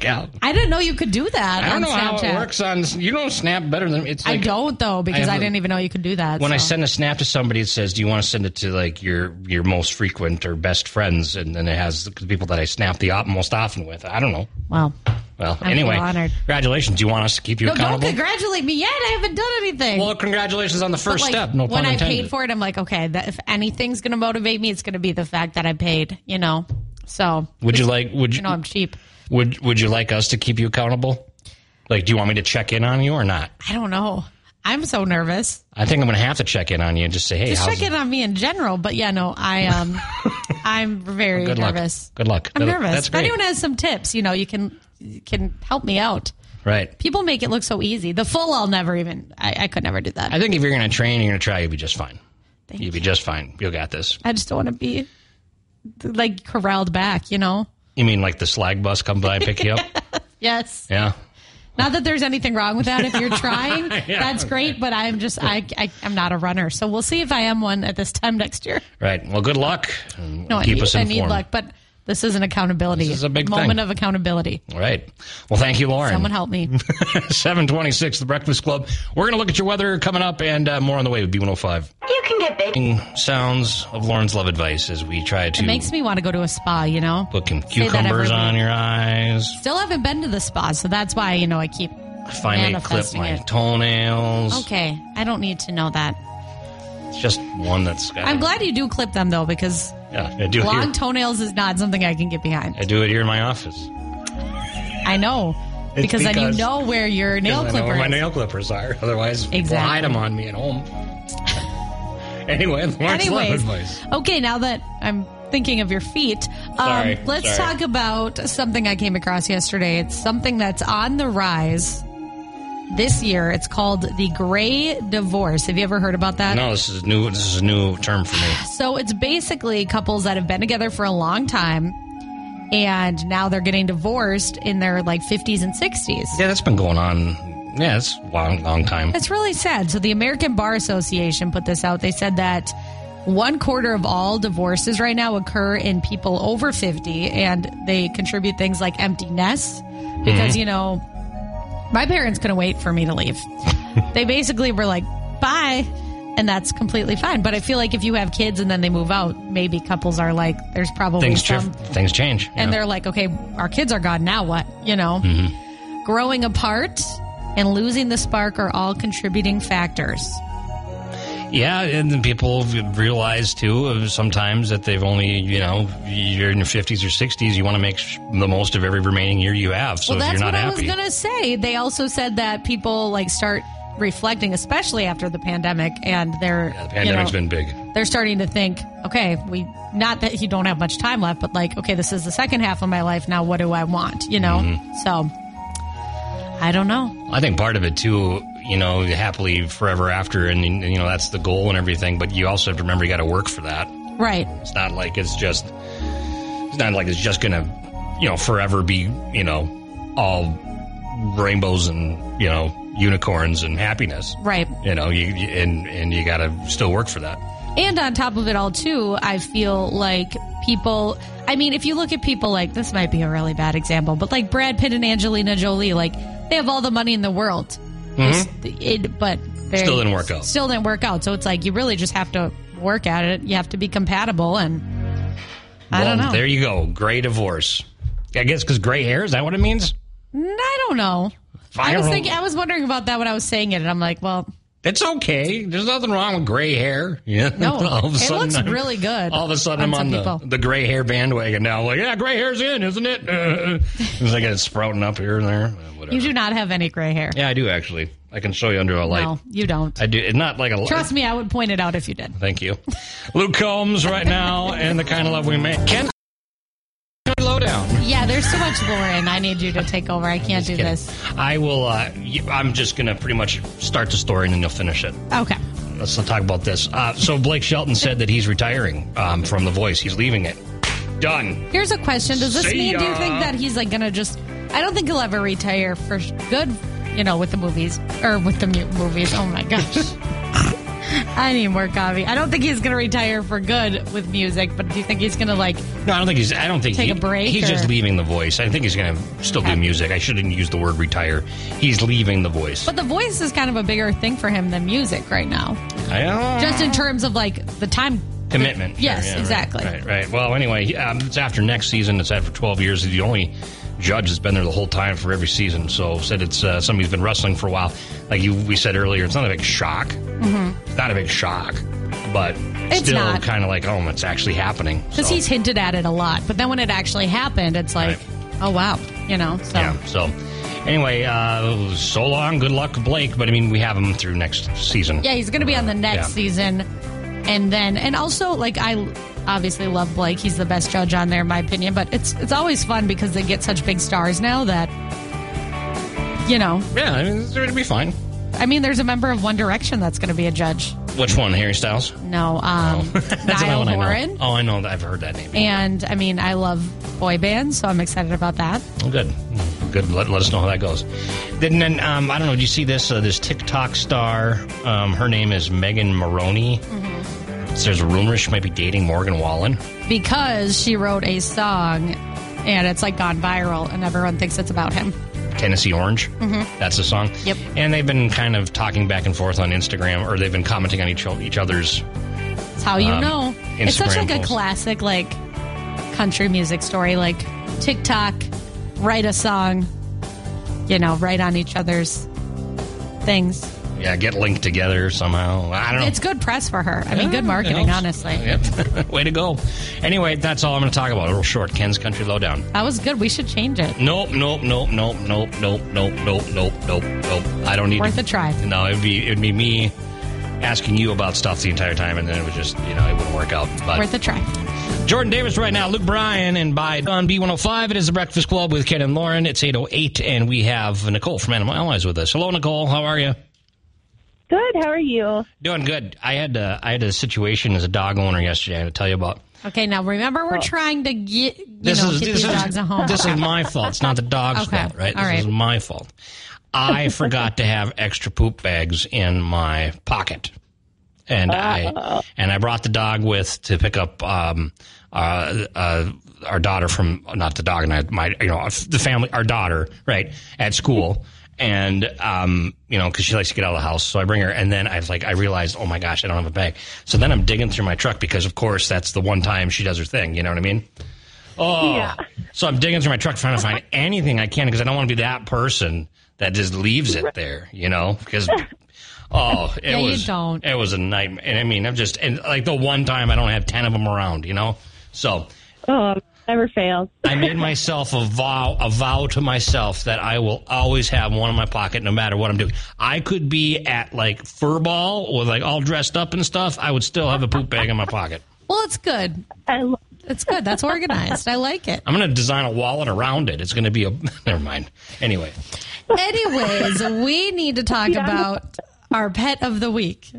Speaker 1: Yeah.
Speaker 2: I didn't know you could do that.
Speaker 1: I
Speaker 2: on
Speaker 1: don't know
Speaker 2: Snapchat.
Speaker 1: how it works on. You don't snap better than it's.
Speaker 2: I
Speaker 1: Like,
Speaker 2: don't though because I,
Speaker 1: have a-
Speaker 2: didn't even know you could do that.
Speaker 1: When I
Speaker 2: so.
Speaker 1: send a snap to somebody, it says, "Do you want to send it to like your your most frequent or best friends?" And then it has the people that I snap the op- most often with. I don't know.
Speaker 2: wow,
Speaker 1: Well,
Speaker 2: I feel
Speaker 1: anyway,
Speaker 2: honored.
Speaker 1: congratulations. Do you want us to keep you
Speaker 2: no, don't
Speaker 1: accountable?
Speaker 2: congratulate me yet. I haven't done anything.
Speaker 1: well, congratulations on the
Speaker 2: But,
Speaker 1: first
Speaker 2: like,
Speaker 1: step. No
Speaker 2: when
Speaker 1: pun
Speaker 2: I
Speaker 1: intended.
Speaker 2: paid for it, I'm like, okay, that, if anything's going to motivate me, it's going to be the fact that I paid. You know, so
Speaker 1: would you like? Would you,
Speaker 2: you know I'm cheap.
Speaker 1: would Would you like us to keep you accountable? Like, do you want me to check in on you or not?
Speaker 2: I don't know. I'm so nervous.
Speaker 1: I think I'm going to have to check in on you and just say, "Hey,
Speaker 2: Just
Speaker 1: how's
Speaker 2: check in on me in general, but yeah, no, I um, I'm very
Speaker 1: Good luck.
Speaker 2: nervous.
Speaker 1: Good luck.
Speaker 2: I'm
Speaker 1: That-
Speaker 2: nervous.
Speaker 1: that's
Speaker 2: if
Speaker 1: great.
Speaker 2: anyone has some tips, you know, you can you can help me out.
Speaker 1: Right.
Speaker 2: People make it look so easy. The full, I'll never even. I, I could never do that.
Speaker 1: I
Speaker 2: I,
Speaker 1: think if you're going to train, you're going to try. You'll be just fine. you'll be just fine. You'll got this.
Speaker 2: just don't want to be like corralled back. You know.
Speaker 1: You mean like the slag bus come by and pick you up?
Speaker 2: Yes.
Speaker 1: Yeah.
Speaker 2: Not that there's anything wrong with that. If you're trying, that's great. But I'm just, I, I, I'm not a runner. So we'll see if I am one at this time next year.
Speaker 1: Right. Well, good luck.
Speaker 2: No,
Speaker 1: Keep
Speaker 2: I need,
Speaker 1: us
Speaker 2: I
Speaker 1: informed.
Speaker 2: need luck. But This is an accountability.
Speaker 1: This is a big
Speaker 2: moment
Speaker 1: thing.
Speaker 2: of accountability.
Speaker 1: All right. Well, thank you, Lauren.
Speaker 2: Someone help me.
Speaker 1: 726, The Breakfast Club. We're going to look at your weather coming up and uh, more on the way with B105.
Speaker 4: You can get big.
Speaker 1: Sounds of Lauren's love advice as we try to
Speaker 2: It makes me want to go to a spa, you know?
Speaker 1: put some
Speaker 2: Say that every
Speaker 1: cucumbers
Speaker 2: week.
Speaker 1: on your eyes,
Speaker 2: Still haven't been to the spa, so that's why, you know, I keep.
Speaker 1: finally clip
Speaker 2: Manifesting
Speaker 1: my
Speaker 2: it.
Speaker 1: toenails.
Speaker 2: Okay, I don't need to know that.
Speaker 1: It's Just one that's got.
Speaker 2: I'm glad you do clip them, though, because
Speaker 1: Yeah, I do, it
Speaker 2: long
Speaker 1: here.
Speaker 2: toenails is not something I can get behind.
Speaker 1: I do it here in my office.
Speaker 2: I know.
Speaker 1: It's
Speaker 2: Because, then you
Speaker 1: because-
Speaker 2: know where your nail
Speaker 1: Because I know
Speaker 2: clipper
Speaker 1: where my
Speaker 2: is.
Speaker 1: nail clippers are. Otherwise,
Speaker 2: Exactly.
Speaker 1: hide them on me at home. anyway, Lauren's love
Speaker 2: Anyways,
Speaker 1: advice.
Speaker 2: okay, now that I'm thinking of your feet, um,
Speaker 1: Sorry,
Speaker 2: let's
Speaker 1: sorry.
Speaker 2: talk about something I came across yesterday. It's something that's on the rise this year. It's called the gray divorce. Have you ever heard about that?
Speaker 1: No, this is new. This is a new term for me.
Speaker 2: So it's basically couples that have been together for a long time and now they're getting divorced in their like 50s and 60s.
Speaker 1: Yeah, that's been going on. Yeah, it's a long, long time.
Speaker 2: That's really sad. So the American Bar Association put this out. They said that one quarter of all divorces right now occur in people over 50 and they contribute things like empty nests because, you know, my parents couldn't wait for me to leave. they basically were like, bye. And that's completely fine. But I feel like if you have kids and then they move out, maybe couples are like, there's probably
Speaker 1: Things,
Speaker 2: some
Speaker 1: chif- things change. you
Speaker 2: and
Speaker 1: know.
Speaker 2: they're like, okay, our kids are gone. Now what? You know,
Speaker 1: Mm-hmm.
Speaker 2: growing apart and losing the spark are all contributing factors.
Speaker 1: Yeah, and then people realize too uh, sometimes that they've only you know you're in your fifties or sixties. You want to make sh- the most of every remaining year you have. So
Speaker 2: well,
Speaker 1: if
Speaker 2: that's
Speaker 1: you're not
Speaker 2: what I was
Speaker 1: happy,
Speaker 2: gonna say. They also said that people like start reflecting, especially after the pandemic, and they're
Speaker 1: the pandemic's
Speaker 2: you
Speaker 1: been
Speaker 2: know,
Speaker 1: big.
Speaker 2: they're starting to think, okay, we not that you don't have much time left, but like, okay, this is the second half of my life now. What do I want? You know,
Speaker 1: Mm-hmm.
Speaker 2: so I don't know.
Speaker 1: I think part of it too, you know, happily forever after, and you know that's the goal and everything. But you also have to remember you got to work for that.
Speaker 2: Right.
Speaker 1: It's not like it's just. It's not like it's just gonna, you know, forever be you know all rainbows and you know unicorns and happiness.
Speaker 2: Right.
Speaker 1: You know, you you- and and you got to still work for that.
Speaker 2: And on top of it all, too, I feel like people. I mean, if you look at people like this, might be a really bad example, but like Brad Pitt and Angelina Jolie, like they have all the money in the world, It- but they
Speaker 1: Mm-hmm. Still didn't work out.
Speaker 2: Still didn't work out. So it's like you really just have to work at it. You have to be compatible, and I
Speaker 1: Well,
Speaker 2: don't know.
Speaker 1: There you go. Gray divorce. I guess because gray hair is that what it means?
Speaker 2: I don't know.
Speaker 1: I
Speaker 2: I was
Speaker 1: don't-
Speaker 2: thinking. I was wondering about that when I was saying it, and I'm like, well,
Speaker 1: It's okay. There's nothing wrong with gray hair. Yeah.
Speaker 2: No,
Speaker 1: all of a
Speaker 2: it
Speaker 1: sudden,
Speaker 2: looks
Speaker 1: I'm-
Speaker 2: really good
Speaker 1: All of a sudden,
Speaker 2: on
Speaker 1: I'm on
Speaker 2: some
Speaker 1: the,
Speaker 2: people.
Speaker 1: the gray hair bandwagon now. Like, yeah, gray hair's in, isn't it? Uh, it's like it's sprouting up here and there. Uh, whatever.
Speaker 2: you do not have any gray hair.
Speaker 1: yeah, I do actually. I can show you under a light.
Speaker 2: no, you don't.
Speaker 1: I do. It's not like a
Speaker 2: Trust me, I would point it out if you did.
Speaker 1: Thank you. Luke Combs right now and the kind of love we make. Ken, lowdown.
Speaker 2: Yeah, there's so much Lauren. I need you to take over. I can't do
Speaker 1: Kidding.
Speaker 2: this.
Speaker 1: I will. Uh, y- I'm just going to pretty much start the story and then you'll finish it.
Speaker 2: Okay.
Speaker 1: Let's not talk about this. Uh, so Blake Shelton said that he's retiring um, from The Voice. He's leaving it. Done.
Speaker 2: Here's a question. Does this
Speaker 1: See
Speaker 2: mean do you
Speaker 1: ya.
Speaker 2: think that he's like gonna just I don't think he'll ever retire for sh- good, you know, with the movies or with the mu- movies. Oh my gosh. I need more coffee. I don't think he's gonna retire for good with music, but do you think he's gonna like
Speaker 1: No, I don't think he's. I don't think
Speaker 2: Take
Speaker 1: he-
Speaker 2: a break,
Speaker 1: He's just
Speaker 2: or-
Speaker 1: leaving The Voice. I think he's going to still
Speaker 2: Okay.
Speaker 1: do music. I shouldn't use the word retire. He's leaving The Voice.
Speaker 2: but the voice is kind of a bigger thing for him than music right now.
Speaker 1: I don't-
Speaker 2: Just in terms of like the time
Speaker 1: commitment. Sure,
Speaker 2: Yes,
Speaker 1: yeah, right,
Speaker 2: exactly.
Speaker 1: Right, right, Well, anyway, he- um, it's after next season. It's out for 12 years. He's the only judge that's been there the whole time for every season. So said it's uh, somebody who's been wrestling for a while. Like you, we said earlier, it's not a big shock. It's not a big shock, but
Speaker 2: Mm-hmm. It's
Speaker 1: still
Speaker 2: not.
Speaker 1: kind of like, oh, it's actually happening.
Speaker 2: Because
Speaker 1: So,
Speaker 2: he's hinted at it a lot, but then when it actually happened, it's like, oh wow, you know. So
Speaker 1: yeah. So anyway, uh, so long. Good luck, Blake. But I mean, we have him through next season.
Speaker 2: Yeah, he's going to be on the next
Speaker 1: Yeah.
Speaker 2: season. And then, and also, like, I obviously love Blake. He's the best judge on there, in my opinion. But it's it's always fun because they get such big stars now that, you know,
Speaker 1: Yeah, I mean, it's going to be fine.
Speaker 2: I mean, there's a member of One Direction that's going to be a judge.
Speaker 1: Which one, Harry Styles?
Speaker 2: No,
Speaker 1: Oh.
Speaker 2: um,
Speaker 1: That's another
Speaker 2: Niall
Speaker 1: one I know.
Speaker 2: Horan.
Speaker 1: Oh, I know. that. I've heard that name.
Speaker 2: And I mean, I love boy bands, so I'm excited about that.
Speaker 1: Well, good, good. Let, let us know how that goes. Then, then um, I don't know. Did you see this? Uh, this TikTok star. Um, her name is Megan Maroney.
Speaker 2: Mm-hmm.
Speaker 1: So there's a rumor she might be dating Morgan Wallen.
Speaker 2: because she wrote a song and it's like gone viral and everyone thinks it's about him.
Speaker 1: Tennessee Orange. Mm-hmm. That's the song.
Speaker 2: Yep.
Speaker 1: And they've been kind of talking back and forth on Instagram, or they've been commenting on each o- each other's.
Speaker 2: It's how you
Speaker 1: Um,
Speaker 2: know. It's such
Speaker 1: Instagram
Speaker 2: like a
Speaker 1: posts.
Speaker 2: classic like country music story like TikTok write a song you know, write on each other's things.
Speaker 1: Yeah, get linked together somehow. I don't know.
Speaker 2: It's good press for her. I mean,
Speaker 1: Oh. Yeah,
Speaker 2: good marketing,
Speaker 1: it helps.
Speaker 2: honestly.
Speaker 1: Yep. Way to go. Anyway, that's all I'm going to talk about. A little short. Ken's Country Lowdown.
Speaker 2: That was good. We should change it.
Speaker 1: Nope, nope, nope, nope, nope, nope, nope, nope, nope, nope, nope. I don't need
Speaker 2: Worth
Speaker 1: to,
Speaker 2: a try.
Speaker 1: No, it'd be it'd be me asking you about stuff the entire time, and then it would just you know it wouldn't work out. But
Speaker 2: Worth a try.
Speaker 1: Jordan Davis right now, Luke Bryan, and by Don B105. It is the Breakfast Club with Ken and Lauren. It's 8.08, and we have Nicole from Animal Allies with us. Hello, Nicole. How are you?
Speaker 5: Good. How are you?
Speaker 1: Doing good. I had uh, I had a situation as a dog owner yesterday I had to tell you about.
Speaker 2: Okay, now remember, we're trying to get you
Speaker 1: This
Speaker 2: know
Speaker 1: is
Speaker 2: get
Speaker 1: this
Speaker 2: these
Speaker 1: is,
Speaker 2: dogs a home.
Speaker 1: this is my fault. It's not the dog's
Speaker 2: Okay.
Speaker 1: fault, right?
Speaker 2: All
Speaker 1: this
Speaker 2: right.
Speaker 1: is my fault. I forgot to have extra poop bags in my pocket. and
Speaker 2: Uh.
Speaker 1: I and I brought the dog with to pick up um, uh, uh, our daughter from not the dog and I my you know the family our daughter right at school and um, you know because she likes to get out of the house so I bring her and then I was like I realized oh my gosh I don't have a bag so then I'm digging through my truck because of course that's the one time she does her thing you know what I mean. Oh, so I'm digging through my truck trying to find anything I can because I don't want to be that person that just leaves it there, you know? Because oh, it
Speaker 2: Yeah, you
Speaker 1: was
Speaker 2: don't.
Speaker 1: it was a nightmare. And I mean, I'm just and like the one time I don't have ten of them around, you know. So
Speaker 5: Oh, never fails.
Speaker 1: I made myself a vow a vow to myself that I will always have one in my pocket no matter what I'm doing. I could be at like furball or like all dressed up and stuff. I would still have a poop bag in my pocket.
Speaker 2: well, it's good.
Speaker 5: I love
Speaker 2: It's good. That's organized. I like it.
Speaker 1: I'm gonna design a wallet around it. It's gonna be a never mind. Anyway.
Speaker 2: Anyways, we need to talk about our pet of the week.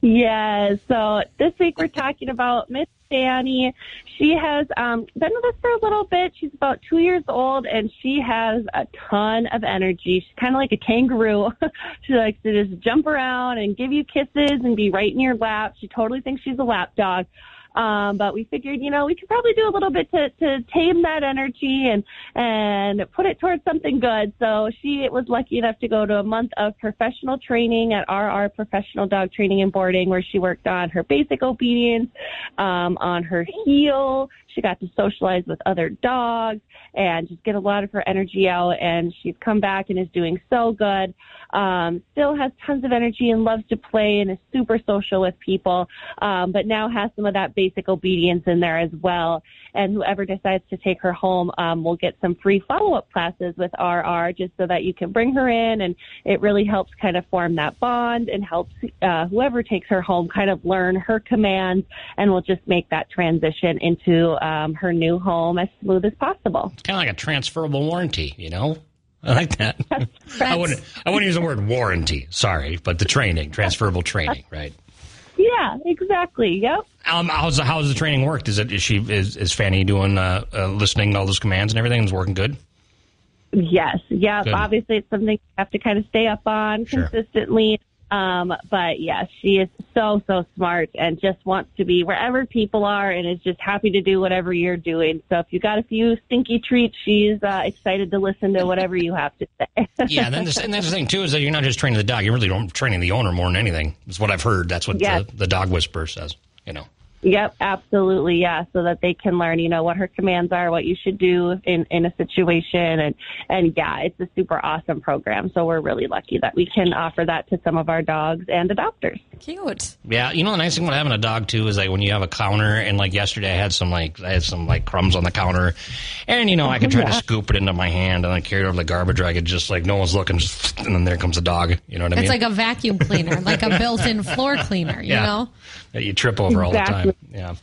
Speaker 5: Yes. So this week we're talking about Miss Fanny. She has um, been with us for a little bit. She's about two years old, and she has a ton of energy. She's kind of like a kangaroo. she likes to just jump around and give you kisses and be right in your lap. She totally thinks she's a lap dog. Um, but we figured, you know, we could probably do a little bit to, to tame that energy and, and put it towards something good. So she was lucky enough to go to a month of professional training at RR Professional Dog Training and Boarding where she worked on her basic obedience, um, on her heel. She got to socialize with other dogs and just get a lot of her energy out. And she's come back and is doing so good. Um, still has tons of energy and loves to play and is super social with people, um, but now has some of that basic obedience in there as well. And whoever decides to take her home um, will get some free follow up classes with RR just so that you can bring her in. And it really helps kind of form that bond and helps uh, whoever takes her home kind of learn her commands and will just make that transition into um, her new home as smooth as possible.
Speaker 1: kind of like a transferable warranty, you know? I like that. I wouldn't I wouldn't use the word warranty, sorry, but the training, transferable training, right?
Speaker 5: Yeah, exactly. Yep.
Speaker 1: Um, how's the how's the training worked? Is it is she is, is Fanny doing uh, uh, listening to all those commands and everything? Is working good?
Speaker 5: Yes. Yep.
Speaker 1: Good.
Speaker 5: Obviously, it's something you have to kind of stay up on
Speaker 1: Sure.
Speaker 5: consistently. Um, but yes, she is so, so smart and just wants to be wherever people are and is just happy to do whatever you're doing. So if you got a few stinky treats, she's uh, excited to listen to whatever you have to say.
Speaker 1: Yeah, then this, and that's the thing too is that you're not just training the dog; you're really training the owner more than anything. Is what I've heard. That's what
Speaker 5: Yes.
Speaker 1: the, the dog whisperer says. You know.
Speaker 5: Yep, absolutely, yeah. So that they can learn, you know, what her commands are, what you should do in in a situation, and and yeah, it's a super awesome program. So we're really lucky that we can offer that to some of our dogs and adopters.
Speaker 2: Cute.
Speaker 1: Yeah, you know the nice thing about having a dog too is like when you have a counter and like yesterday I had some like I had some like crumbs on the counter, and you know I could try to scoop it into my hand and I carry it over the garbage. Or I could just like no one's looking, just, and then there comes a dog. You know what I
Speaker 2: It's
Speaker 1: mean?
Speaker 2: like a vacuum cleaner, like a built-in floor cleaner, you
Speaker 1: yeah,
Speaker 2: know?
Speaker 1: that you trip over all
Speaker 5: Exactly.
Speaker 1: the time. Yeah.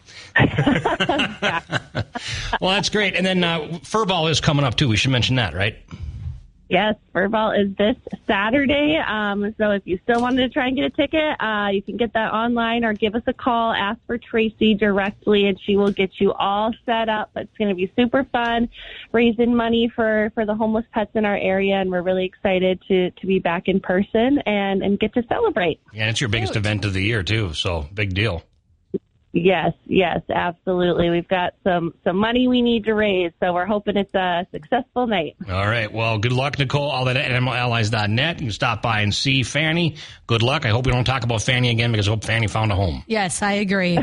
Speaker 1: well, that's great. And then uh, furball is coming up too. We should mention that, right?
Speaker 5: Yes, Fur Ball is this Saturday. Um, so if you still wanted to try and get a ticket, uh, you can get that online or give us a call. Ask for Tracy directly, and she will get you all set up. It's going to be super fun, raising money for for the homeless pets in our area, and we're really excited to to be back in person and and get to celebrate.
Speaker 1: Yeah, it's your biggest event of the year too, so big deal.
Speaker 5: Yes, yes, absolutely. We've got some some money we need to raise, so we're hoping it's a successful night.
Speaker 1: All right. Well, good luck, Nicole. All that at animalallies.net. You can stop by and see Fanny. Good luck. I hope we don't talk about Fanny again because I hope Fanny found a home.
Speaker 2: Yes, I agree.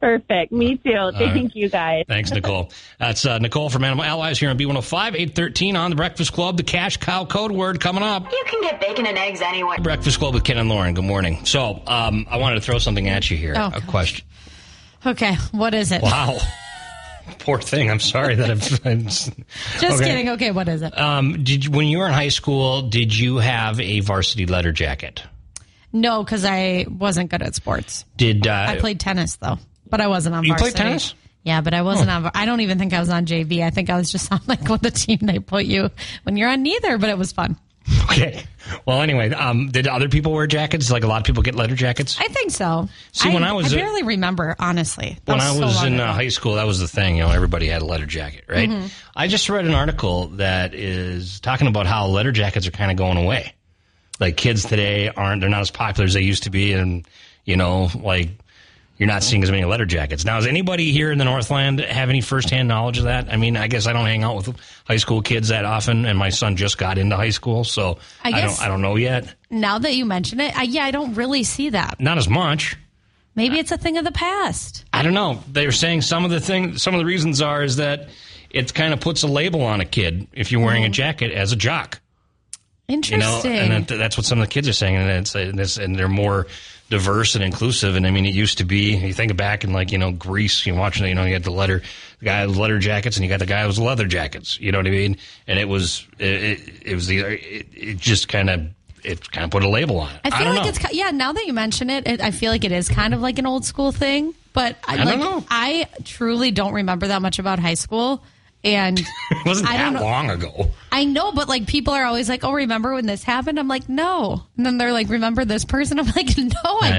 Speaker 5: Perfect. Me too. Thank
Speaker 1: right.
Speaker 5: you guys.
Speaker 1: Thanks, Nicole. That's uh, Nicole from Animal Allies here on B105, 813 on The Breakfast Club. The Cash Cow Code Word coming up.
Speaker 4: You can get bacon and eggs anywhere.
Speaker 1: Breakfast Club with Ken and Lauren. Good morning. So um, I wanted to throw something at you here.
Speaker 2: Oh,
Speaker 1: a
Speaker 2: gosh.
Speaker 1: question.
Speaker 2: okay, what is it?
Speaker 1: Wow. Poor thing. I'm sorry that I've. I'm, just
Speaker 2: Just kidding. Okay, what is it?
Speaker 1: Um, did you- when you were in high school, did you have a varsity letter jacket?
Speaker 2: No, because I wasn't good at sports.
Speaker 1: Did uh,
Speaker 2: I played tennis though, but I wasn't on.
Speaker 1: You played
Speaker 2: varsity.
Speaker 1: tennis? Oh.
Speaker 2: Yeah, but I wasn't on. I don't even think I was on JV. I think I was just on like what the team they put you when you're on neither. But it was fun.
Speaker 1: Okay. Well, anyway, um, did other people wear jackets? Like a lot of people get letter jackets.
Speaker 2: I think so.
Speaker 1: See, when I was a-
Speaker 2: I barely remember honestly. That
Speaker 1: when I
Speaker 2: so
Speaker 1: was
Speaker 2: long
Speaker 1: in
Speaker 2: ago. Mm-hmm.
Speaker 1: uh, high school, that was the thing. You know, everybody had a letter jacket, right? I just read an article that is talking about how letter jackets are kind of going away. Like kids today aren't; they're not as popular as they used to be, and you know, like you're not seeing as many letter jackets now. Does anybody here in the Northland have any firsthand knowledge of that? I mean, I guess I don't hang out with high school kids that often, and my son just got into high school, so
Speaker 2: I
Speaker 1: I
Speaker 2: guess-
Speaker 1: don't, I don't know yet.
Speaker 2: now that you mention it, I, yeah, I don't really see that.
Speaker 1: Not as much.
Speaker 2: Maybe it's a thing of the past.
Speaker 1: I don't know. They were saying some of the thing, some of the reasons are is that it kind of puts a label on a kid if you're wearing a jacket as a jock, you know,
Speaker 2: Mm. Interesting.
Speaker 1: and that, that's what some of the kids are saying, and it's, and, it's, and they're more diverse and inclusive. And I mean, it used to be you think back in like you know Greece, you watching you know you had the letter the guy with leather jackets, and you got the guy with leather jackets. You know what I mean? And it was it, it, it was the it, it just kind of it kind of put a label on it.
Speaker 2: I feel
Speaker 1: don't
Speaker 2: like
Speaker 1: know.
Speaker 2: it's ki- yeah. Now that you mention it, it, I feel like it is kind of like an old school thing. But I,
Speaker 1: don't
Speaker 2: like,
Speaker 1: know.
Speaker 2: I truly don't remember that much about high school, and
Speaker 1: it wasn't
Speaker 2: I
Speaker 1: that
Speaker 2: don't know.
Speaker 1: long ago.
Speaker 2: I know. But like people are always like, "Oh, remember when this happened?" I'm like, "No," and then they're like, "Remember this person?" I'm like, "No, I,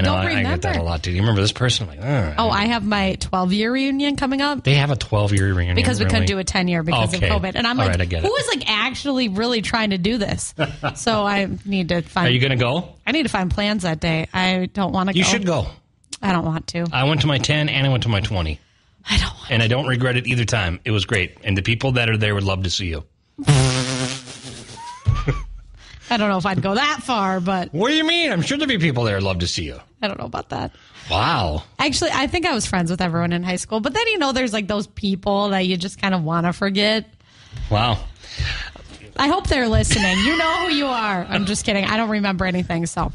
Speaker 1: know, I
Speaker 2: don't
Speaker 1: get
Speaker 2: remember."
Speaker 1: that a lot too. You remember this person? I'm like, oh,
Speaker 2: oh, I have my 12 year reunion coming up.
Speaker 1: They have a 12 year reunion.
Speaker 2: Because we couldn't do a
Speaker 1: it.
Speaker 2: 10 year because
Speaker 1: Okay.
Speaker 2: of COVID. And I'm
Speaker 1: All
Speaker 2: like,
Speaker 1: right, I get it.
Speaker 2: who is like actually really trying to do this? so I need to
Speaker 1: Are
Speaker 2: find,
Speaker 1: you going to go?
Speaker 2: I need to find plans that day. I don't want to go.
Speaker 1: You should go.
Speaker 2: I don't want to.
Speaker 1: I went to my 10 and I went to my 20.
Speaker 2: I don't want
Speaker 1: And I don't regret it either time. It was great. And the people that are there would love to see you.
Speaker 2: I don't know if I'd go that far, but
Speaker 1: What do you mean? I'm sure there'd be people there would love to see you.
Speaker 2: I don't know about that.
Speaker 1: Wow.
Speaker 2: Actually, I think I was friends with everyone in high school, but then you know, there's like those people that you just kind of want to forget.
Speaker 1: Wow.
Speaker 2: I hope they're listening. You know who you are. I'm just kidding. I don't remember anything, so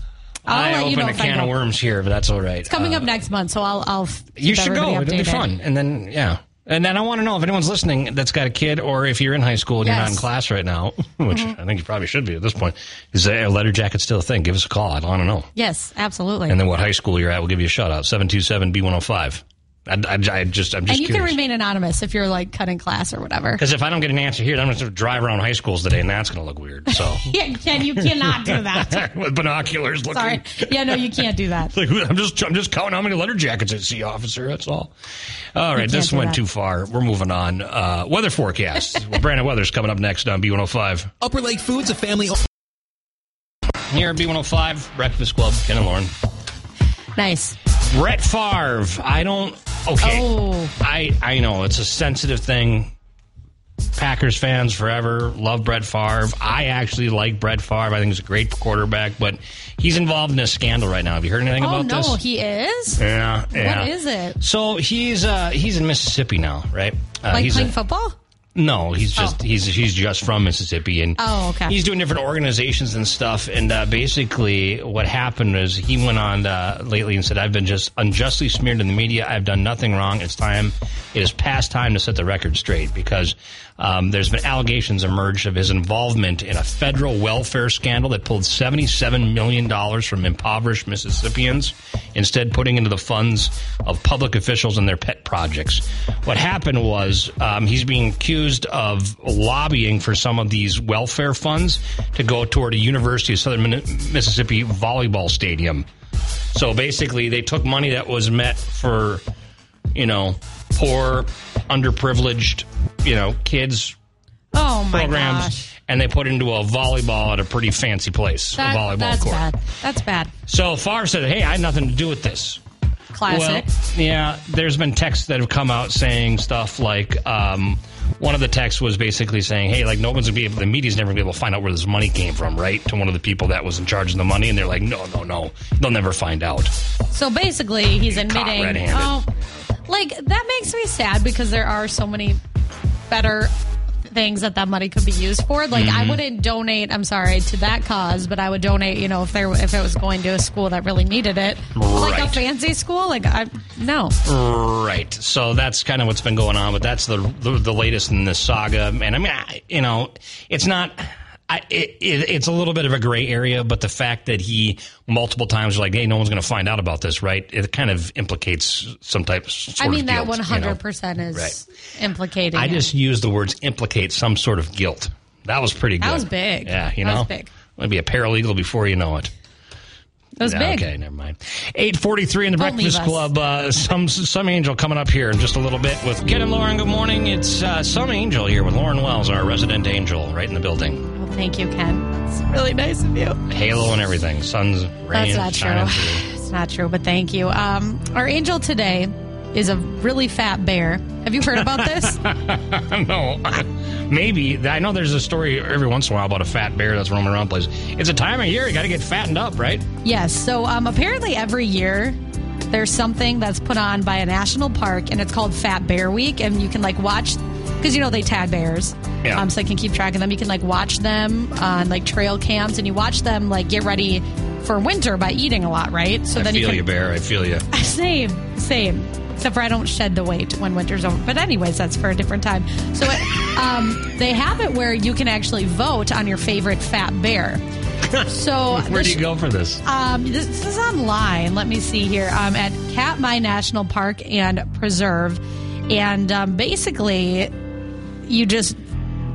Speaker 1: I
Speaker 2: I'll let
Speaker 1: opened
Speaker 2: you know
Speaker 1: a
Speaker 2: if I
Speaker 1: can of
Speaker 2: go.
Speaker 1: worms here, but that's all right. It's
Speaker 2: Coming up next month, so I'll. I'll f-
Speaker 1: You
Speaker 2: keep
Speaker 1: should go.
Speaker 2: everybody
Speaker 1: It'll be
Speaker 2: updated.
Speaker 1: fun. And then, yeah. And then I want to know if anyone's listening that's got a kid or if you're in high school and you're not in
Speaker 2: Yes. Mm-hmm.
Speaker 1: class right now, which I think you probably should be at this point. Is a letter jacket still a thing? Give us a call. I want to know.
Speaker 2: Yes, absolutely.
Speaker 1: and
Speaker 2: And,
Speaker 1: then what high school you're at. We'll give you a shout out. 727 B105. I, I, I just, I'm just
Speaker 2: you can
Speaker 1: curious.
Speaker 2: remain anonymous if you're like cutting class or whatever.
Speaker 1: Because if I don't get an answer here, then I'm going to drive around high schools today, and that's going to look weird. So,
Speaker 2: Yeah, Ken, you cannot do that.
Speaker 1: with binoculars looking.
Speaker 2: Sorry. Yeah, no, you can't do that.
Speaker 1: Like, I'm just, I'm just counting how many letter jackets I see, officer. That's all. All right,
Speaker 2: can't
Speaker 1: this
Speaker 2: do
Speaker 1: went
Speaker 2: that.
Speaker 1: too far. We're moving on. Uh, weather forecast. well, Brandon Weather's coming up next on B105.
Speaker 3: Upper Lake Foods, a family.
Speaker 1: Here at B105, Breakfast Club, Ken and Lauren.
Speaker 2: Nice.
Speaker 1: Brett Favre. I don't. Okay.
Speaker 2: Oh.
Speaker 1: I I know it's a sensitive thing. Packers fans forever love Brett Favre. I actually like Brett Favre. I think he's a great quarterback, but he's involved in a scandal right now. Have you heard anything
Speaker 2: Oh
Speaker 1: about
Speaker 2: no,
Speaker 1: this?
Speaker 2: he is.
Speaker 1: yeah, yeah.
Speaker 2: is it?
Speaker 1: So he's uh he's in Mississippi now, right? Uh,
Speaker 2: Like
Speaker 1: he's
Speaker 2: playing
Speaker 1: a-
Speaker 2: football.
Speaker 1: no, he's just
Speaker 2: Oh.
Speaker 1: he's he's just from Mississippi, and
Speaker 2: Oh, okay.
Speaker 1: he's doing different organizations and stuff. And uh, basically, what happened is he went on uh, lately and said, "I've been just unjustly smeared in the media. I've done nothing wrong. It's time. It is past time to set the record straight because um, there's been allegations emerged of his involvement in a federal welfare scandal that pulled 77 million dollars from impoverished Mississippians, instead putting into the funds of public officials and their pet projects. What happened was um, he's being accused." accused of lobbying for some of these welfare funds to go toward a University of Southern Min- Mississippi volleyball stadium. So basically, they took money that was meant for, you know, poor, underprivileged, you know, kids
Speaker 2: Oh my
Speaker 1: programs,
Speaker 2: gosh.
Speaker 1: and they put it into a volleyball at a pretty fancy place,
Speaker 2: That-
Speaker 1: a volleyball
Speaker 2: that's
Speaker 1: court.
Speaker 2: bad. That's bad.
Speaker 1: So Favre said, "Hey, I had nothing to do with this."
Speaker 2: Classic.
Speaker 1: Well, yeah, there's been texts that have come out saying stuff like um, one of the texts was basically saying, "Hey, like no one's gonna be able, the media's never gonna be able to find out where this money came from, right?" To one of the people that was in charge of the money, and they're like, "No, no, no, they'll never find out."
Speaker 2: so basically, he's admitting.
Speaker 1: red-handed.
Speaker 2: Oh, like that makes me sad because there are so many better things that that money could be used for. Like
Speaker 1: Mm-hmm.
Speaker 2: I wouldn't donate. I'm sorry to that cause, but I would donate. You know, if there if it was going to a school that really needed it, like a
Speaker 1: Right.
Speaker 2: fancy school. Like I no.
Speaker 1: Right. So that's kind of what's been going on, but that's the the, the latest in this saga. And I mean, I, you know, it's not. I, it, it, it's a little bit of a gray area, but the fact that he multiple times was like, "Hey, no one's going to find out about this," right? It kind of implicates some type. Sort
Speaker 2: I mean
Speaker 1: of
Speaker 2: that
Speaker 1: guilt,
Speaker 2: 100
Speaker 1: you know?
Speaker 2: percent is
Speaker 1: Right.
Speaker 2: implicating.
Speaker 1: I
Speaker 2: it.
Speaker 1: just used the words implicate some sort of guilt. That was pretty good.
Speaker 2: was big.
Speaker 1: Yeah, you
Speaker 2: That
Speaker 1: know,
Speaker 2: was big.
Speaker 1: Might be a paralegal before you know it.
Speaker 2: that was
Speaker 1: Yeah,
Speaker 2: big.
Speaker 1: Okay, never mind. Eight forty-three in the
Speaker 2: Don't
Speaker 1: Breakfast
Speaker 2: leave us.
Speaker 1: Club. Uh, some some angel coming up here in just a little bit with Ken and Lauren. Good morning. It's uh, some angel here with Lauren Wells, our resident angel, right in the building.
Speaker 2: Well, thank you, Ken. It's really nice of you.
Speaker 1: Halo and everything. Sun's rain.
Speaker 2: That's not
Speaker 1: shining
Speaker 2: true.
Speaker 1: through.
Speaker 2: It's not true, but thank you. Um, our angel today is a really fat bear. Have you heard about this?
Speaker 1: no, maybe I know there's a story every once in a while about a fat bear that's roaming around the place. It's a time of year you got to get fattened up, right?
Speaker 2: yes. So um, apparently, every year there's something that's put on by a national park, and it's called Fat Bear Week, and you can like watch. Because you know they tag bears,
Speaker 1: Yeah.
Speaker 2: um, so I can keep track of them. You can like watch them on like trail cams, and you watch them like get ready for winter by eating a lot, right? So
Speaker 1: I
Speaker 2: then
Speaker 1: feel
Speaker 2: you
Speaker 1: you,
Speaker 2: can
Speaker 1: bear. I feel you.
Speaker 2: Same, same. Except for I don't shed the weight when winter's over. But anyways, that's for a different time. So it, um, they have it where you can actually vote on your favorite fat bear. So
Speaker 1: Where do
Speaker 2: this-
Speaker 1: you go for this?
Speaker 2: Um, this, this is online. Let me see here. Um, at Katmai National Park and Preserve, and um, basically, you just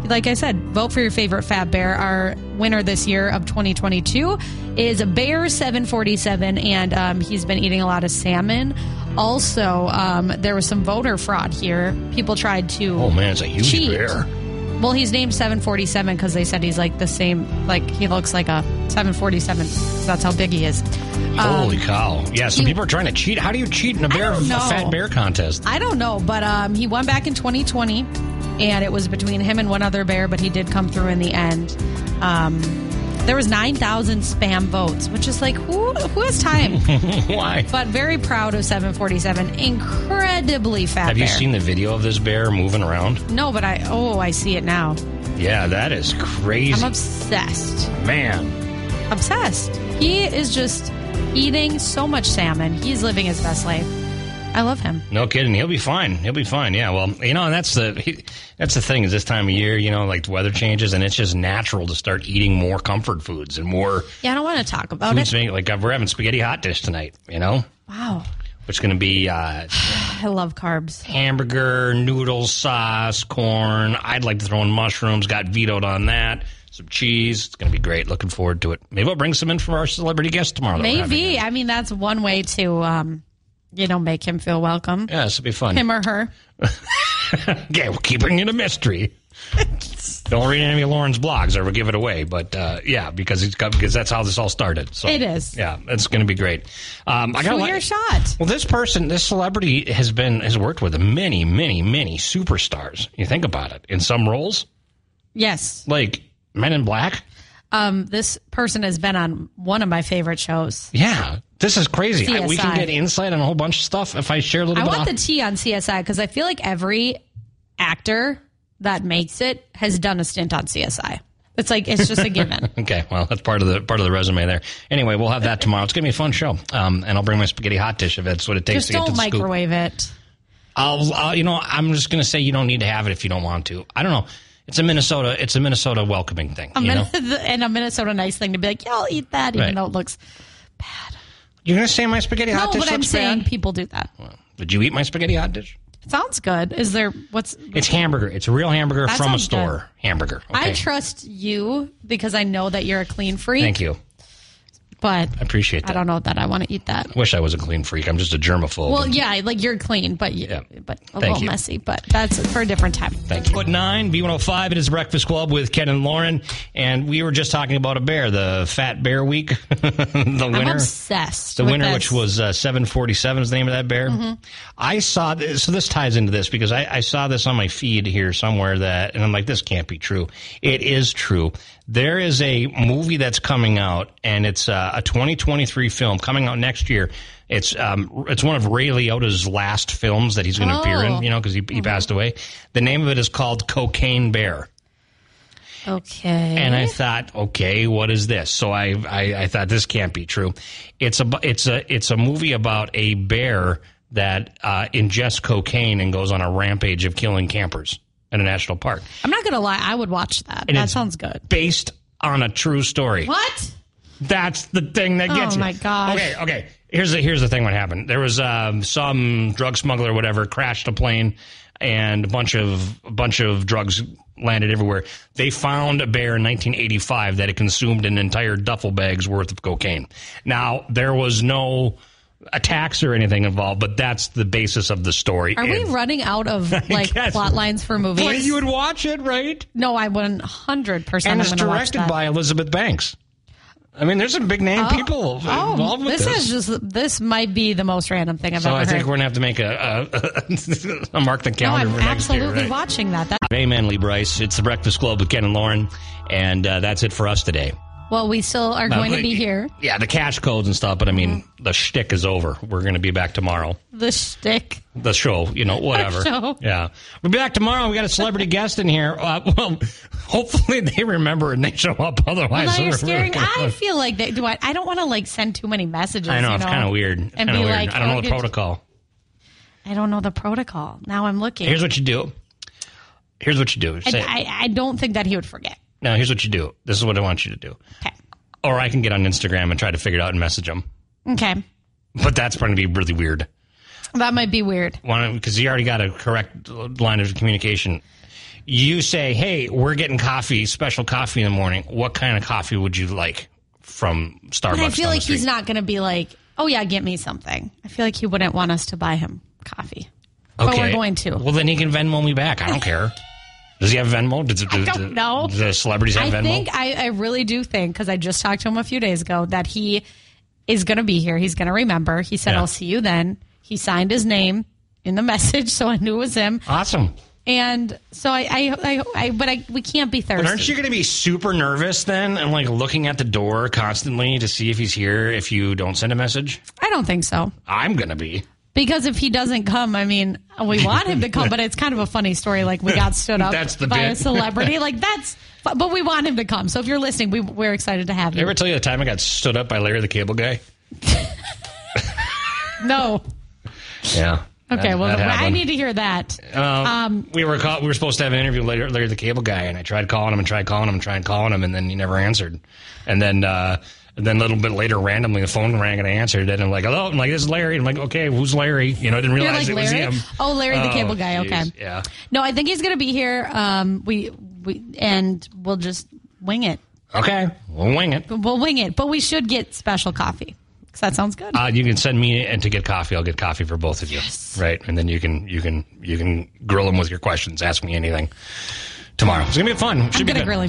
Speaker 2: like I said, vote for your favorite fat bear. Our winner this year of 2022 is a bear 747, and um, he's been eating a lot of salmon. Also, um, there was some voter fraud here. People tried to.
Speaker 1: Oh man, it's a huge
Speaker 2: Cheat.
Speaker 1: bear.
Speaker 2: Well, he's named 747 because they said he's like the same, like he looks like a 747. So that's how big he is.
Speaker 1: Holy cow! Yeah, so
Speaker 2: Um, you-
Speaker 1: people are trying to cheat. How do you cheat in a bear
Speaker 2: don't
Speaker 1: a
Speaker 2: know.
Speaker 1: fat bear contest?
Speaker 2: I don't know, but um, he won back in 2020, and it was between him and one other bear, but he did come through in the end. Um, there was 9,000 spam votes, which is like, who, who has time?
Speaker 1: Why?
Speaker 2: but very proud of 747. Incredibly fat
Speaker 1: Have you
Speaker 2: bear.
Speaker 1: seen the video of this bear moving around?
Speaker 2: No, but I, oh, I see it now.
Speaker 1: Yeah, that is crazy,
Speaker 2: I'm obsessed.
Speaker 1: man.
Speaker 2: obsessed. He is just eating so much salmon. He's living his best life. I love him.
Speaker 1: No kidding. He'll be fine. He'll be fine. Yeah. Well, you know, and that's the he, that's the thing is this time of year, you know, like the weather changes, and it's just natural to start eating more comfort foods and more
Speaker 2: Yeah, I don't want to talk about
Speaker 1: foods.
Speaker 2: it.
Speaker 1: Like we're having spaghetti hot dish tonight, you know,
Speaker 2: Wow.
Speaker 1: which is going to be uh,
Speaker 2: I love carbs.
Speaker 1: hamburger, noodle sauce, corn. I'd like to throw in mushrooms. Got vetoed on that. Some cheese. It's going to be great. Looking forward to it. Maybe I'll bring some in for our celebrity guest tomorrow. that we're having.
Speaker 2: Maybe. I mean, that's one way to, um, you know, make him feel welcome.
Speaker 1: Yeah, this will be fun.
Speaker 2: Him or her.
Speaker 1: Yeah, we're keeping it a mystery. Don't read any of Lauren's blogs or we'll give it away. But uh, yeah, because it's got, because that's how this all started. So
Speaker 2: It is.
Speaker 1: Yeah, it's going to be great. Um, I got
Speaker 2: Shoot
Speaker 1: like-
Speaker 2: your shot.
Speaker 1: Well, this person, this celebrity has been has worked with many, many, many superstars. You think about it in some roles,
Speaker 2: Yes.
Speaker 1: like Men in Black.
Speaker 2: Um, this person has been on one of my favorite shows.
Speaker 1: Yeah, this is crazy. I- we can
Speaker 2: CSI.
Speaker 1: get insight on a whole bunch of stuff if I share a little
Speaker 2: I
Speaker 1: bit.
Speaker 2: want the
Speaker 1: off-
Speaker 2: tea on CSI because I feel like every actor that makes it has done a stint on CSI. It's like, it's just a given.
Speaker 1: Okay, well, that's part of the part of the resume there. Anyway, we'll have that tomorrow. It's gonna be a fun show, um, and I'll bring my spaghetti hot dish if that's what it takes
Speaker 2: Just
Speaker 1: to get to
Speaker 2: don't
Speaker 1: the scoop.
Speaker 2: microwave it.
Speaker 1: I'll, I'll, you know, I'm just gonna say you don't need to have it if you don't want to. I don't know. It's a Minnesota. It's a Minnesota welcoming thing.
Speaker 2: A
Speaker 1: you know,
Speaker 2: Min- and a Minnesota nice thing to be like, yeah, I'll eat that, even
Speaker 1: Right.
Speaker 2: though it looks.
Speaker 1: you're gonna say my spaghetti hot
Speaker 2: no,
Speaker 1: dish
Speaker 2: but I'm
Speaker 1: looks
Speaker 2: saying
Speaker 1: bad.
Speaker 2: people do that.
Speaker 1: Did you eat my spaghetti hot dish?
Speaker 2: Sounds good. Is there what's
Speaker 1: It's hamburger. It's a real hamburger
Speaker 2: That
Speaker 1: from a
Speaker 2: sounds good.
Speaker 1: store. Hamburger. Okay.
Speaker 2: I trust you because I know that you're a clean freak.
Speaker 1: Thank you.
Speaker 2: But
Speaker 1: I appreciate
Speaker 2: I
Speaker 1: that.
Speaker 2: don't know that I want to eat that.
Speaker 1: Wish I was a clean freak. I'm just a germaphobe.
Speaker 2: Well, yeah, like you're clean, but you,
Speaker 1: Yeah.
Speaker 2: but a
Speaker 1: Thank
Speaker 2: little
Speaker 1: you.
Speaker 2: messy. But that's for a different time.
Speaker 1: Thank you. Foot nine, B105. It is Breakfast Club with Ken and Lauren, and we were just talking about a bear, the Fat Bear Week, the
Speaker 2: I'm
Speaker 1: winner.
Speaker 2: obsessed.
Speaker 1: The
Speaker 2: with
Speaker 1: winner,
Speaker 2: this.
Speaker 1: which
Speaker 2: Mm-hmm.
Speaker 1: was uh, 747, is the name of that bear. I saw this. So this ties into this because I, I saw this on my feed here somewhere that, and I'm like, this can't be true. It is true. There is a movie that's coming out, and it's uh, a 2023 film coming out next year. It's um, it's one of Ray Liotta's last films that he's going to appear
Speaker 2: Oh.
Speaker 1: in, you know, because he, he passed away. The name of it is called Cocaine Bear.
Speaker 2: okay.
Speaker 1: And I thought, okay, what is this? So I, I, I thought this can't be true. It's a, it's a, it's a movie about a bear that uh, ingests cocaine and goes on a rampage of killing campers in a national park,
Speaker 2: I'm not gonna lie. I would watch that. That
Speaker 1: it's-
Speaker 2: sounds good.
Speaker 1: based on a true story.
Speaker 2: What?
Speaker 1: That's the thing that gets
Speaker 2: Oh,
Speaker 1: you.
Speaker 2: my gosh.
Speaker 1: Okay, okay. Here's the here's the thing. What happened? There was um, some drug smuggler, or whatever, crashed a plane, and a bunch of a bunch of drugs landed everywhere. They found a bear in 1985 that had consumed an entire duffel bag's worth of cocaine. Now there was no attacks or anything involved, but that's the basis of the story.
Speaker 2: Are we
Speaker 1: It-
Speaker 2: running out of like
Speaker 1: guess-
Speaker 2: plot lines for movies?
Speaker 1: But you would watch it, right?
Speaker 2: no, I 100. percent
Speaker 1: And it's directed by Elizabeth Banks. I mean, there's some big name people involved
Speaker 2: Oh,
Speaker 1: with
Speaker 2: this
Speaker 1: this.
Speaker 2: is just this might be the most random thing I've
Speaker 1: So
Speaker 2: ever
Speaker 1: I
Speaker 2: heard.
Speaker 1: think we're gonna have to make a, a, a mark the
Speaker 2: no,
Speaker 1: calendar
Speaker 2: I'm
Speaker 1: for next year.
Speaker 2: absolutely
Speaker 1: right?
Speaker 2: watching that. that.
Speaker 1: Amen, Lee Bryce. It's the Breakfast Club with Ken and Lauren, and uh, that's it for us today.
Speaker 2: Well, we still are going
Speaker 1: Uh,
Speaker 2: to be here. Mm-hmm.
Speaker 1: Yeah, the cash codes and stuff, but I mean, the shtick is over. We're gonna be back tomorrow.
Speaker 2: The shtick.
Speaker 1: The show, you know, whatever.
Speaker 2: show.
Speaker 1: Yeah, we'll be back tomorrow. We got a celebrity guest in here. Uh, well, hopefully they remember and they show up. Otherwise,
Speaker 2: Now you're
Speaker 1: we're-
Speaker 2: scaring. I feel like that. Do I? I don't want to like send too many messages.
Speaker 1: I know
Speaker 2: you
Speaker 1: it's kind of weird. It's
Speaker 2: And
Speaker 1: kinda
Speaker 2: be
Speaker 1: weird.
Speaker 2: like,
Speaker 1: I don't
Speaker 2: oh,
Speaker 1: know the
Speaker 2: did-
Speaker 1: protocol.
Speaker 2: I don't know the protocol. Now I'm looking.
Speaker 1: Here's what you do. Here's what you do.
Speaker 2: I,
Speaker 1: Say,
Speaker 2: I, I don't think that he would forget.
Speaker 1: now, here's what you do. This is what I want you to do.
Speaker 2: Okay.
Speaker 1: or I can get on Instagram and try to figure it out and message them.
Speaker 2: Okay.
Speaker 1: But that's going to be really weird.
Speaker 2: That might be weird.
Speaker 1: Because you already got a correct line of communication. You say, hey, we're getting coffee, special coffee in the morning. What kind of coffee would you like from Starbucks?
Speaker 2: But I
Speaker 1: down
Speaker 2: feel
Speaker 1: the
Speaker 2: like he's
Speaker 1: street?"
Speaker 2: not going to be like, oh yeah, get me something. I feel like he wouldn't want us to buy him coffee. But we're going to.
Speaker 1: Well, then he can Venmo me back. I don't care. Does he have Venmo? Does,
Speaker 2: I don't know.
Speaker 1: Do the celebrities have
Speaker 2: I
Speaker 1: Venmo?
Speaker 2: think I, I really do think because I just talked to him a few days ago that he is going to be here. He's going to remember. He said,
Speaker 1: Yeah.
Speaker 2: "I'll see you then." He signed his name in the message, so I knew it was him.
Speaker 1: awesome.
Speaker 2: And so I, I, I, I but I, we can't be thirsty.
Speaker 1: But aren't you going to be super nervous then and like looking at the door constantly to see if he's here if you don't send a message?
Speaker 2: I don't think so.
Speaker 1: I'm going to be.
Speaker 2: Because if he doesn't come, I mean, we want him to come, but it's kind of a funny story. Like we got stood up
Speaker 1: That's the
Speaker 2: by
Speaker 1: bit.
Speaker 2: a celebrity. Like that's, but but we want him to come. So if you're listening, we, we're excited to have
Speaker 1: Did I
Speaker 2: you.
Speaker 1: ever tell you the time I got stood up by Larry the Cable Guy?
Speaker 2: No.
Speaker 1: Yeah.
Speaker 2: Okay.
Speaker 1: That-
Speaker 2: well,
Speaker 1: that
Speaker 2: I
Speaker 1: happened. Uh,
Speaker 2: need to hear that. um,
Speaker 1: We were call- we were supposed to have an interview later. Larry the Cable Guy, and I tried calling him and tried calling him and tried calling him, and then he never answered. And then uh, and then a little bit later, randomly, the phone rang and I answered it. And I'm like, hello. I'm like, this is Larry. I'm like, okay, who's Larry? You know, I didn't
Speaker 2: You're
Speaker 1: realize
Speaker 2: like
Speaker 1: it
Speaker 2: Larry.
Speaker 1: was him.
Speaker 2: Oh, Larry the
Speaker 1: Oh,
Speaker 2: Cable Guy.
Speaker 1: jeez.
Speaker 2: Okay.
Speaker 1: Yeah.
Speaker 2: No, I think he's gonna be here. Um, we we and we'll just wing it.
Speaker 1: Okay, we'll wing it.
Speaker 2: We'll wing it, but we should get special coffee because that sounds good.
Speaker 1: Uh, you can send me and to get coffee. I'll get coffee for both of you, right? And then you can you can you can grill them with your questions. Ask me anything tomorrow. It's gonna be fun. Should
Speaker 2: I'm
Speaker 1: be
Speaker 2: gonna
Speaker 1: good.
Speaker 2: grill him.